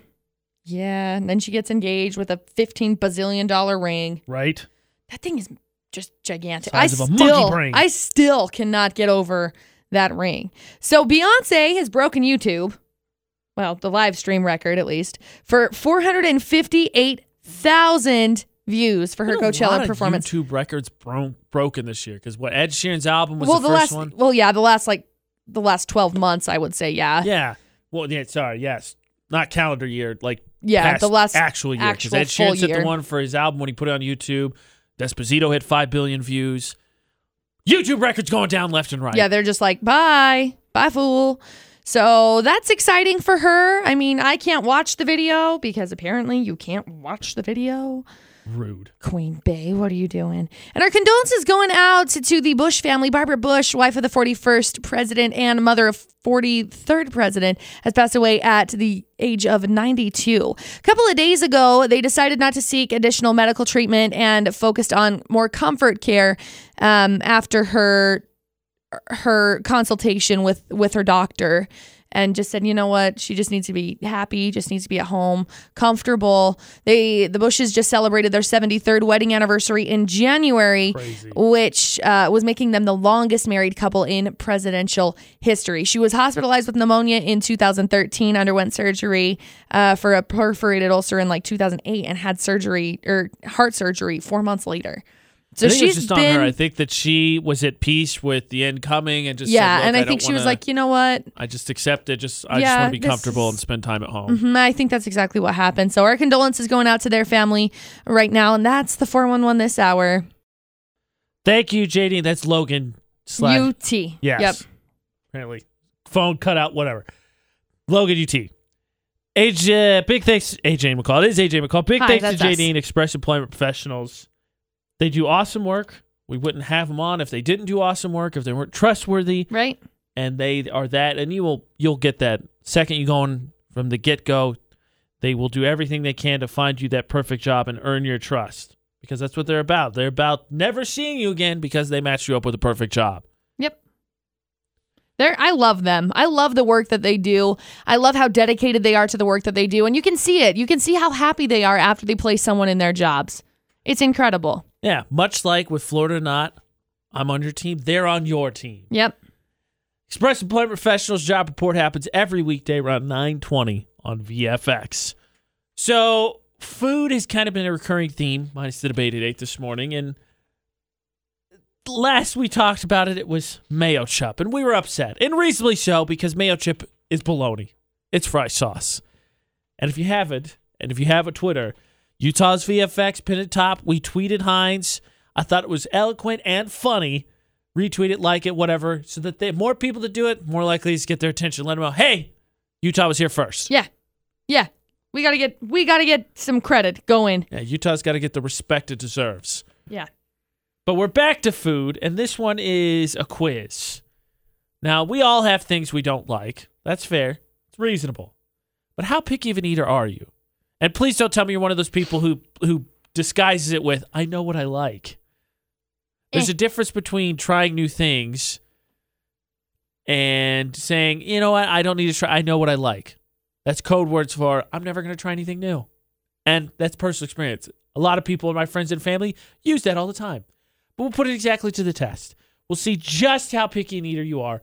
B: Yeah. And then she gets engaged with a 15 bazillion dollar ring.
A: Right?
B: That thing is just gigantic.
A: Size of
B: I
A: a monkey
B: still,
A: brain.
B: I still cannot get over that ring. So Beyonce has broken YouTube, well, the live stream record at least, for 458,000 views for her
A: Been a lot
B: Coachella
A: of
B: performance.
A: YouTube records bro- broken this year because what Ed Sheeran's album was
B: well,
A: the,
B: the,
A: first
B: last,
A: one.
B: well, yeah, the last like the last 12 months, I would say, yeah.
A: Yeah. Well, yeah. Sorry. Yes. Not calendar year. Like
B: Yeah,
A: past
B: the last
A: actual year.
B: actual
A: Ed
B: full
A: Sheeran hit the
B: year.
A: one for his album when he put it on YouTube. Desposito hit five billion views. YouTube records going down left and right.
B: Yeah, they're just like, bye, bye, fool. So that's exciting for her. I mean, I can't watch the video because apparently you can't watch the video.
A: Rude.
B: Queen Bay, what are you doing? And our condolences going out to, to the Bush family. Barbara Bush, wife of the 41st president and mother of 43rd president, has passed away at the age of 92. A couple of days ago, they decided not to seek additional medical treatment and focused on more comfort care um, after her her consultation with with her doctor and just said you know what she just needs to be happy just needs to be at home comfortable they the bushes just celebrated their 73rd wedding anniversary in january which uh, was making them the longest married couple in presidential history she was hospitalized with pneumonia in 2013 underwent surgery uh, for a perforated ulcer in like 2008 and had surgery or heart surgery four months later so
A: I think it was
B: she's
A: just
B: been
A: on her. I think that she was at peace with the end coming and just said,
B: yeah
A: "Look,
B: and i,
A: I
B: think
A: don't
B: she was
A: wanna-
B: like you know what
A: I just accept it. Just I just
B: Yeah,
A: want to be
B: this
A: comfortable
B: is-
A: and spend time at home.
B: Mhm, I think that's exactly what happened. So our condolences going out to their family right now, and that's the four one one this hour.
A: Thank you, JD. That's Logan. Slash.
B: UT.
A: Yes.
B: Yep.
A: Apparently, phone cut out. Whatever. Logan UT. AJ, big thanks, AJ McCall. It is AJ McCall. Big
B: Hi,
A: thanks
B: that's
A: to
B: us.
A: JD and Express Employment Professionals. They do awesome work. We wouldn't have them on if they didn't do awesome work, if they weren't trustworthy,
B: Right.
A: and they are that. And you will you'll get that second you go in from the get go. They will do everything they can to find you that perfect job and earn your trust because that's what they're about. They're about never seeing you again because they matched you up with a perfect job.
B: Yep. They're, I love them. I love the work that they do. I love how dedicated they are to the work that they do. And you can see it. You can see how happy they are after they place someone in their jobs. It's incredible.
A: Yeah, much like with Florida Not, I'm on your team. They're on your team.
B: Yep.
A: Express Employment Professionals job report happens every weekday around 9:20 on VFX. So food has kind of been a recurring theme, minus the debate at eight this morning. And last we talked about it, it was mayo chip, and we were upset, and reasonably so, because mayo chip is bologna. It's fry sauce. And if you haven't, and if you have a Twitter, Utah's VFX pin it top. We tweeted Hines. I thought it was eloquent and funny. Retweet it, like it, whatever, so that they, more people that do it, more likely to get their attention. Let them know, hey, Utah was here first.
B: Yeah. Yeah. We gotta get we gotta get some credit going.
A: Yeah, Utah's got to get the respect it deserves.
B: Yeah.
A: But we're back to food, and this one is a quiz. Now, we all have things we don't like. That's fair. It's reasonable. But how picky of an eater are you? And please don't tell me you're one of those people who who disguises it with I know what I like. There's
B: Eh.
A: a difference between trying new things and saying, you know what, I don't need to try I know what I like. That's code words for I'm never gonna try anything new. And that's personal experience. A lot of people in my friends and family use that all the time. But we'll put it exactly to the test. We'll see just how picky an eater you are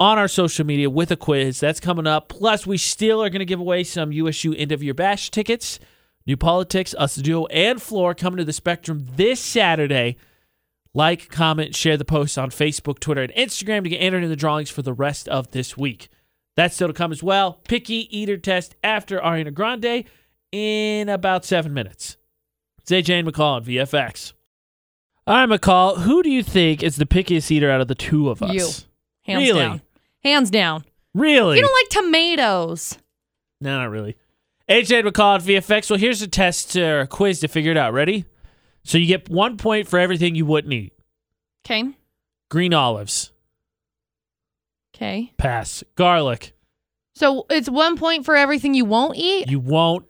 A: on our social media with a quiz. That's coming up. Plus, we still are going to give away some USU end of year bash tickets. New Politics, Us Duo, and Floor coming to the Spectrum this Saturday. Like, comment, share the posts on Facebook, Twitter, and Instagram to get entered in the drawings for the rest of this week. That's still to come as well. Picky eater test after Ariana Grande in about seven minutes. It's AJ and McCall on VFX. All right, McCall, who do you think is the pickiest eater out of the two of us?
B: You. Hands
A: Really?
B: down. hands down.
A: Really?
B: You don't like tomatoes.
A: no, not really. AJ McCall at VFX. Well, here's a test or a quiz to figure it out. Ready? So you get one point for everything you wouldn't eat.
B: Okay.
A: Green olives,
B: Okay.
A: pass. Garlic,
B: So it's one point for everything you won't eat.
A: you won't.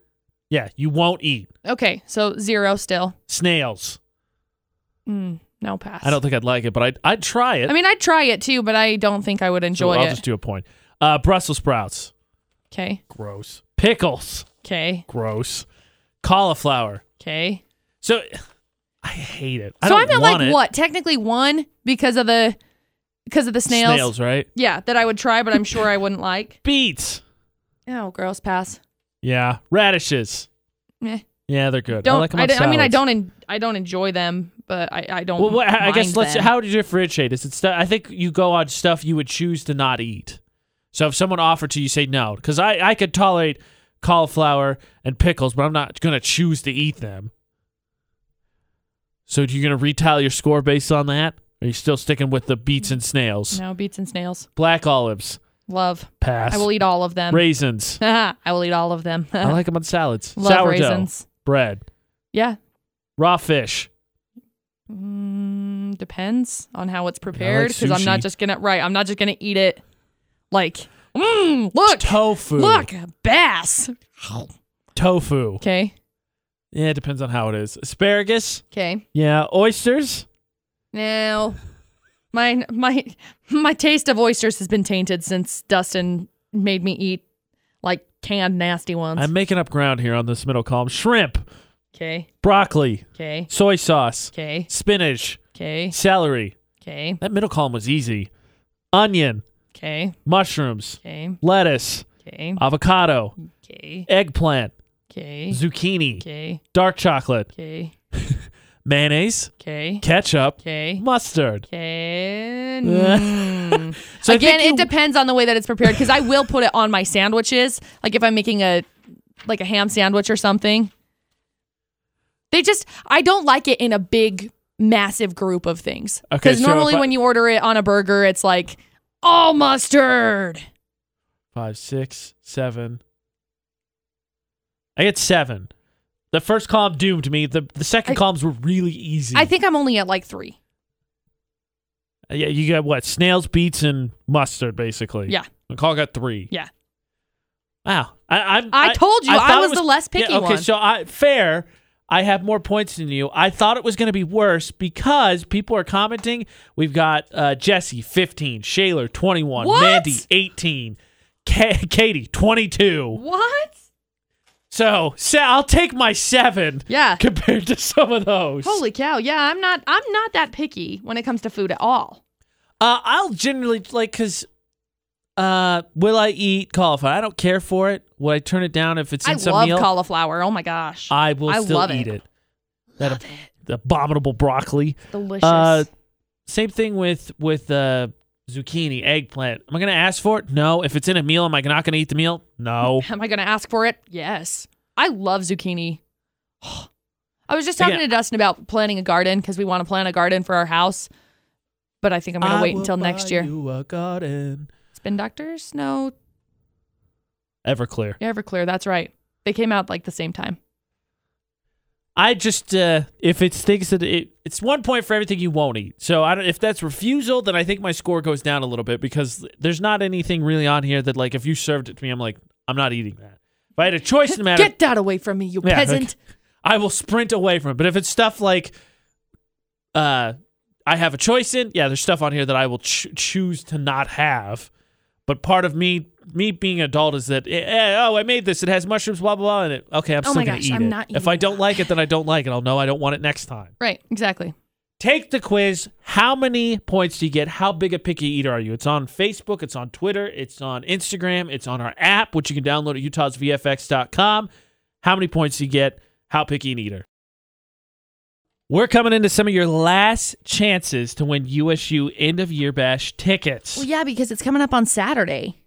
A: Yeah, you won't eat.
B: Okay. So zero still.
A: Snails.
B: Mm, no pass.
A: I don't think I'd like it, but I'd, I'd try it.
B: I mean, I'd try it too, but I don't think I would
A: So
B: enjoy
A: I'll
B: it.
A: just do a point. Uh, Brussels sprouts.
B: Okay.
A: Gross. Pickles.
B: Okay.
A: Gross. Cauliflower.
B: Okay.
A: So I hate it. I
B: So
A: don't
B: I'm at
A: want
B: like
A: it.
B: what? Technically one because of the because of the snails.
A: right?
B: Yeah, that I would try, but I'm sure I wouldn't like.
A: Beets.
B: Oh, gross pass.
A: Yeah. Radishes.
B: Meh.
A: Yeah, they're good.
B: Don't.
A: I like 'em on
B: di- I mean, I
A: salads.
B: don't. En- I don't enjoy them, but I, I don't.
A: Well, what, I I guess
B: mind
A: let's.
B: them.
A: How do you differentiate? Is it stuff? I think you go on stuff you would choose to not eat. So if someone offered to you, say no, because I I could tolerate cauliflower and pickles, but I'm not gonna choose to eat them. So you're gonna retile your score based on that? Or are you still sticking with the beets and snails?
B: No beets and snails.
A: Black olives,
B: Love.
A: pass.
B: I will eat all of them.
A: raisins.
B: I will eat all of them.
A: I like them on salads.
B: Love
A: Sourdough,
B: raisins.
A: bread,
B: Yeah.
A: raw fish.
B: Mm, depends on how it's prepared because I'm
A: sushi.
B: not just gonna right. I'm not just gonna eat it like. Mm, look.
A: Tofu.
B: Look, bass.
A: Tofu.
B: Okay.
A: Yeah, it depends on how it is. Asparagus.
B: Okay.
A: Yeah. Oysters.
B: Now, my my my taste of oysters has been tainted since Dustin made me eat like canned nasty ones.
A: I'm making up ground here on this middle column. Shrimp,
B: Okay.
A: broccoli,
B: Okay.
A: soy sauce,
B: Okay.
A: spinach,
B: Okay.
A: celery.
B: Okay.
A: That middle column was easy. Onion,
B: Okay.
A: mushrooms,
B: Okay.
A: lettuce,
B: Okay.
A: avocado,
B: Okay.
A: eggplant,
B: Okay.
A: zucchini,
B: Okay.
A: dark chocolate,
B: Okay.
A: mayonnaise,
B: Okay.
A: ketchup,
B: Okay.
A: mustard.
B: Okay. Mm.
A: So I
B: Again,
A: think
B: it
A: you-
B: depends on the way that it's prepared because I will put it on my sandwiches. Like if I'm making a like a ham sandwich or something. They just I don't like it in a big massive group of things.
A: Okay,
B: Because
A: so
B: normally
A: if I-
B: when you order it on a burger, it's like all mustard.
A: Five, six, seven. I get seven. The first column doomed me. The the second
B: I-
A: columns were really easy.
B: I think I'm only at like three.
A: Uh, Yeah, you got what? Snails, beets, and mustard, basically.
B: Yeah.
A: McCall got three.
B: Yeah.
A: Wow. I I'm,
B: I, told you I,
A: thought it
B: was, the less
A: yeah,
B: picky
A: okay,
B: one.
A: so I fair. I have more points than you. I thought it was going to be worse because people are commenting. We've got uh, Jesse, 15, Shaylor, 21,
B: What?
A: Mandy, 18, Ka- Katie, 22.
B: what?
A: So, so I'll take my seven
B: Yeah.
A: compared to some of those.
B: Holy cow. Yeah, I'm not I'm not that picky when it comes to food at all.
A: Uh, I'll generally like because. Uh, will I eat cauliflower? I don't care for it. Will I turn it down if it's in
B: I
A: some
B: love
A: meal?
B: cauliflower. Oh my gosh.
A: I will
B: I
A: still
B: love
A: eat
B: it.
A: it. That ab- the abominable broccoli.
B: Delicious.
A: Uh, Same thing with with uh, zucchini, eggplant. Am I gonna ask for it? No. If it's in a meal, am I not gonna eat the meal? No.
B: Am I going to ask for it? Yes. I love zucchini. I was just talking
A: Again-
B: to Dustin about planting a garden because we want to plant a garden for our house, but I think I'm going to wait until next year. Spin Doctors? No,
A: Everclear.
B: Everclear. That's right. They came out like the same time.
A: I just uh, if it's things that it, it's one point for everything you won't eat. So I don't, if that's refusal, then I think my score goes down a little bit because there's not anything really on here that like if you served it to me, I'm like I'm not eating that. If I had a choice in the matter,
B: Get that away from me, you
A: Yeah, like-
B: peasant.
A: I will sprint away from it. But if it's stuff like, uh, I have a choice in, yeah, there's stuff on here that I will ch- choose to not have. But part of me, me being adult, is that eh, eh, oh, I made this. It has mushrooms, blah blah blah in it. Okay, I'm
B: Oh
A: still
B: my
A: gonna
B: gosh,
A: eat
B: I'm
A: it.
B: not
A: if I
B: eating
A: don't
B: that.
A: like it, then I don't like it. I'll know I don't want it next time.
B: Right, exactly.
A: Take the quiz. How many points do you get? How big a picky eater are you? It's on Facebook, it's on Twitter, it's on Instagram, it's on our app, which you can download at utahsvfx.com. How many points do you get? How picky an eater? We're coming into some of your last chances to win USU end of year bash tickets.
B: Well, yeah, because it's coming up on Saturday.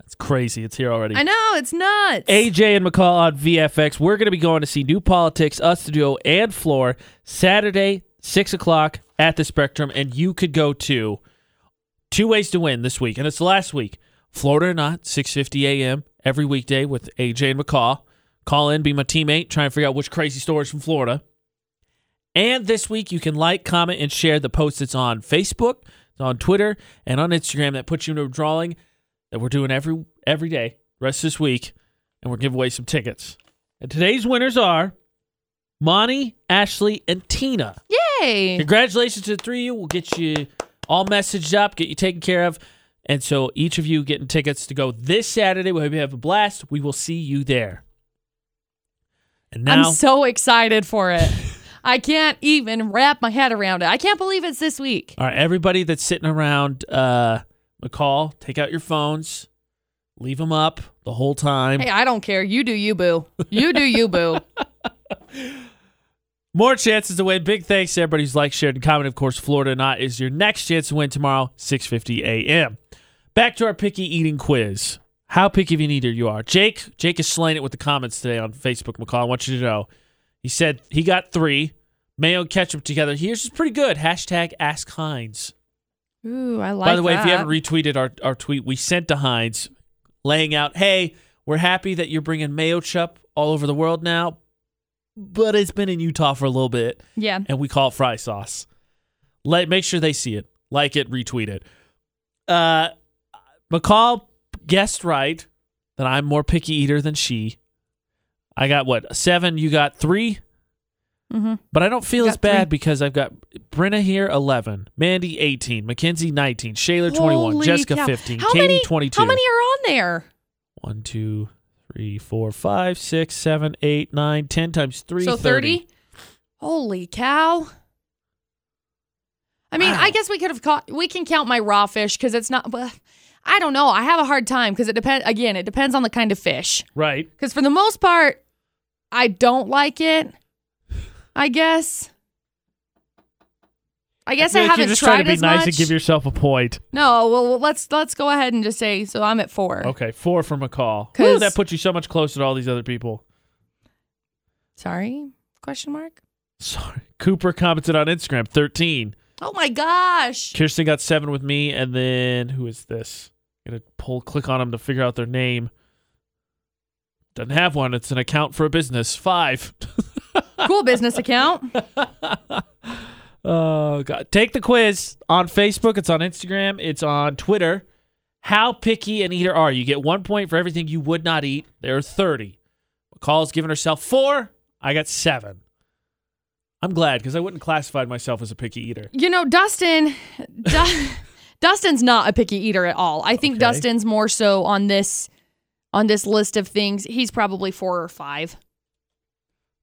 A: That's crazy. It's here already.
B: I know, it's nuts.
A: AJ and McCall on VFX. We're going to be going to see New Politics, Us the Duo, and Floor Saturday, 6 o'clock at the Spectrum. And you could go to Two ways to win this week, and it's the last week. Florida or not, 6:50 a.m. every weekday with AJ and McCall. Call in, be my teammate, try and figure out which crazy stories from Florida. And this week, you can like, comment, and share the post that's on Facebook, it's on Twitter, and on Instagram that puts you into a drawing that we're doing every every day, rest this week, and we're giving away some tickets. And today's winners are Monty, Ashley, and Tina.
B: Yay!
A: Congratulations to the three of you. We'll get you all messaged up, get you taken care of. And so each of you getting tickets to go this Saturday. We hope you have a blast. We will see you there. And now,
B: I'm so excited for it. I can't even wrap my head around it. I can't believe it's this week.
A: all right, everybody that's sitting around uh, McCall, take out your phones, leave them up the whole time.
B: Hey, I don't care. You do you, boo. You do you, boo.
A: More chances to win. Big thanks to everybody who's liked, shared, and commented. Of course, Florida Not is your next chance to win tomorrow, 6.50 a.m. Back to our picky eating quiz. How picky of an eater you are. Jake, Jake has slain it with the comments today on Facebook, McCall. I want you to know. He said he got three. Mayo and ketchup together. Here's is pretty good. Hashtag ask Heinz.
B: Ooh, I like
A: By the way, if you
B: that.
A: haven't retweeted our, our tweet we sent to Heinz laying out, hey, we're happy that you're bringing mayo chup all over the world now, but it's been in Utah for a little bit
B: yeah.
A: and we call it fry sauce. Let make sure they see it, like it, retweet it. Uh, McCall guessed right that I'm more picky eater than she. I got what seven? You got three,
B: hmm
A: but I don't feel
B: Got
A: as bad
B: three.
A: because I've got Brenna here eleven, Mandy eighteen, Mackenzie nineteen, Shayla twenty one,
B: Holy
A: Jessica
B: cow.
A: fifteen,
B: How
A: Katie
B: many-
A: twenty two.
B: How many are on there?
A: One, two, three, four, five, six, seven, eight, nine, ten times three.
B: So 30? Holy cow. I mean,
A: Wow.
B: I guess we could have caught, we can count my raw fish because it's not, but I don't know. I have a hard time because it depends, again, it depends on the kind of fish.
A: Right.
B: Because for the most part, I don't like it, I guess. I guess I,
A: feel like
B: haven't
A: you're just
B: tried
A: trying to be
B: as
A: nice
B: much.
A: and give yourself a point.
B: no, well, well, let's let's go ahead and just say so. I'm at four.
A: Okay, four for McCall. Woo,
B: 'Cause-
A: that puts you so much closer to all these other people.
B: Sorry? Question mark?
A: Sorry. Cooper commented on Instagram, 13.
B: Oh my gosh!
A: Kirsten got seven with me, and then who is this? gonna pull click on them to figure out their name. Doesn't have one. It's an account for a business. Five.
B: Cool business account.
A: Oh god. Take the quiz on Facebook, it's on Instagram, it's on Twitter. How picky an eater are you? You Get one point for everything you would not eat. There are 30. McCall's given herself four. I got seven. I'm glad because I wouldn't classify myself as a picky eater.
B: You know, Dustin, Du- Dustin's not a picky eater at all. I think
A: Okay.
B: Dustin's more so on this on this list of things. He's probably four or five.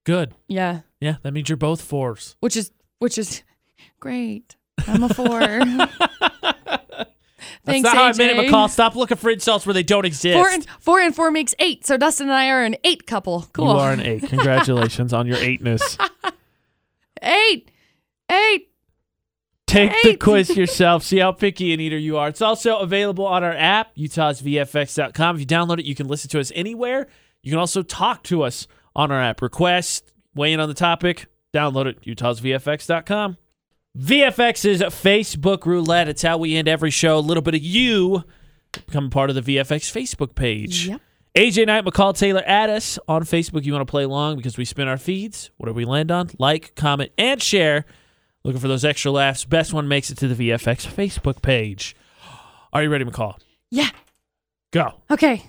A: Good.
B: Yeah,
A: Yeah, that means you're both fours.
B: which is which is great. I'm a four.
A: That's
B: Thanks,
A: not how I
B: AJ.
A: meant it, McCall. Stop looking for insults where they don't exist.
B: Four and four and four makes eight. So Dustin and I are an eight couple. Cool.
A: You are an eight. Congratulations on your eightness.
B: eight, eight.
A: Take the
B: Eight.
A: quiz yourself. See how picky an eater you are. It's also available on our app, utahsvfx.com. If you download it, you can listen to us anywhere. You can also talk to us on our app. Request, weigh in on the topic, download it, utahsvfx.com. VFX is Facebook roulette. It's how we end every show. A little bit of you become part of the VFX Facebook page.
B: Yep.
A: AJ Knight, McCall Taylor, at us on Facebook. You want to play along because we spin our feeds. Whatever we land on, like, comment, and share. Looking for those extra laughs. Best one makes it to the VFX Facebook page. Are you ready, McCall?
B: Yeah.
A: Go.
B: Okay.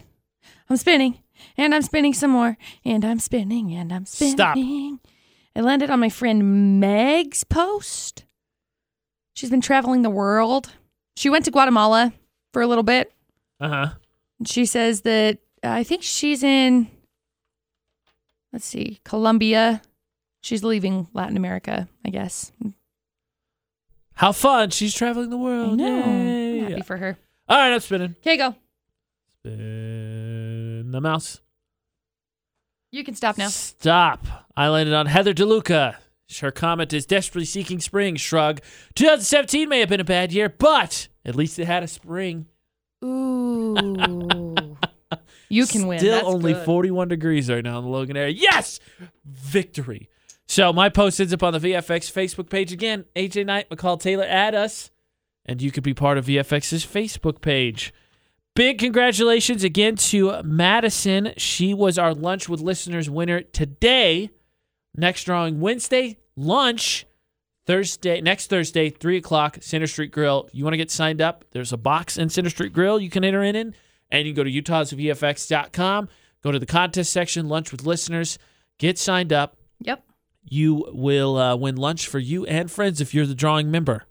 B: I'm spinning. And I'm spinning some more. And I'm spinning. And I'm spinning.
A: Stop.
B: I landed on my friend Meg's post. She's been traveling the world. She went to Guatemala for a little bit.
A: Uh huh.
B: And She says that uh, I think she's in, let's see, Colombia. She's leaving Latin America, I guess.
A: How fun. She's traveling the
B: I
A: world.
B: know. I'm
A: Yay.
B: happy for her.
A: All right, I'm spinning.
B: Okay, go.
A: Spin the mouse.
B: You can stop now.
A: Stop. I landed on Heather DeLuca. Her comment is desperately seeking spring. Shrug. 2017 may have been a bad year, but at least it had a spring.
B: Ooh. you can win.
A: Still
B: That's
A: only
B: good.
A: 41 degrees right now in the Logan area. Yes! Victory. So my post ends up on the VFX Facebook page again. AJ Knight, McCall Taylor, add us. and you could be part of VFX's Facebook page. Big congratulations again to Madison. She was our Lunch with Listeners winner today. Next drawing Wednesday, lunch. Thursday, next Thursday, 3 o'clock, Center Street Grill. You want to get signed up? There's a box in Center Street Grill you can enter in, and you can go to utahsvfx.com, go to the contest section, lunch with listeners, get signed up.
B: Yep.
A: You will uh, win lunch for you and friends if you're the drawing member.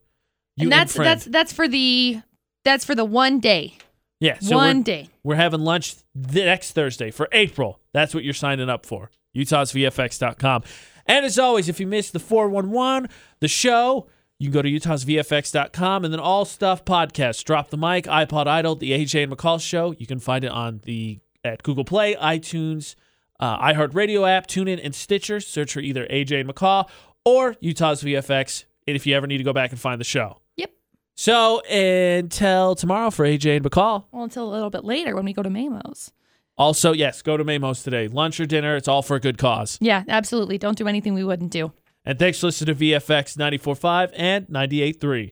A: You
B: and that's
A: friend.
B: that's that's for the that's for the one day.
A: yeah, so
B: one
A: we're-
B: day.
A: We're having lunch the next Thursday for April. That's what you're signing up for. UtahsVFX.com. And as always, if you missed the 411, the show, you can go to UtahsVFX.com and then all stuff podcasts. Drop the mic, iPod Idol, the AJ and McCall show. You can find it on the at Google Play, iTunes, uh, iHeartRadio app, TuneIn, and Stitcher. Search for either AJ and McCall or Utah's VFX if you ever need to go back and find the show.
B: Yep.
A: So until tomorrow for AJ and McCall.
B: Well, until a little bit later when we go to Mamos.
A: Also, yes, go to Mamos today. Lunch or dinner, it's all for a good cause.
B: Yeah, absolutely. Don't do anything we wouldn't do.
A: And thanks for listening to VFX 94.5 and 98.3.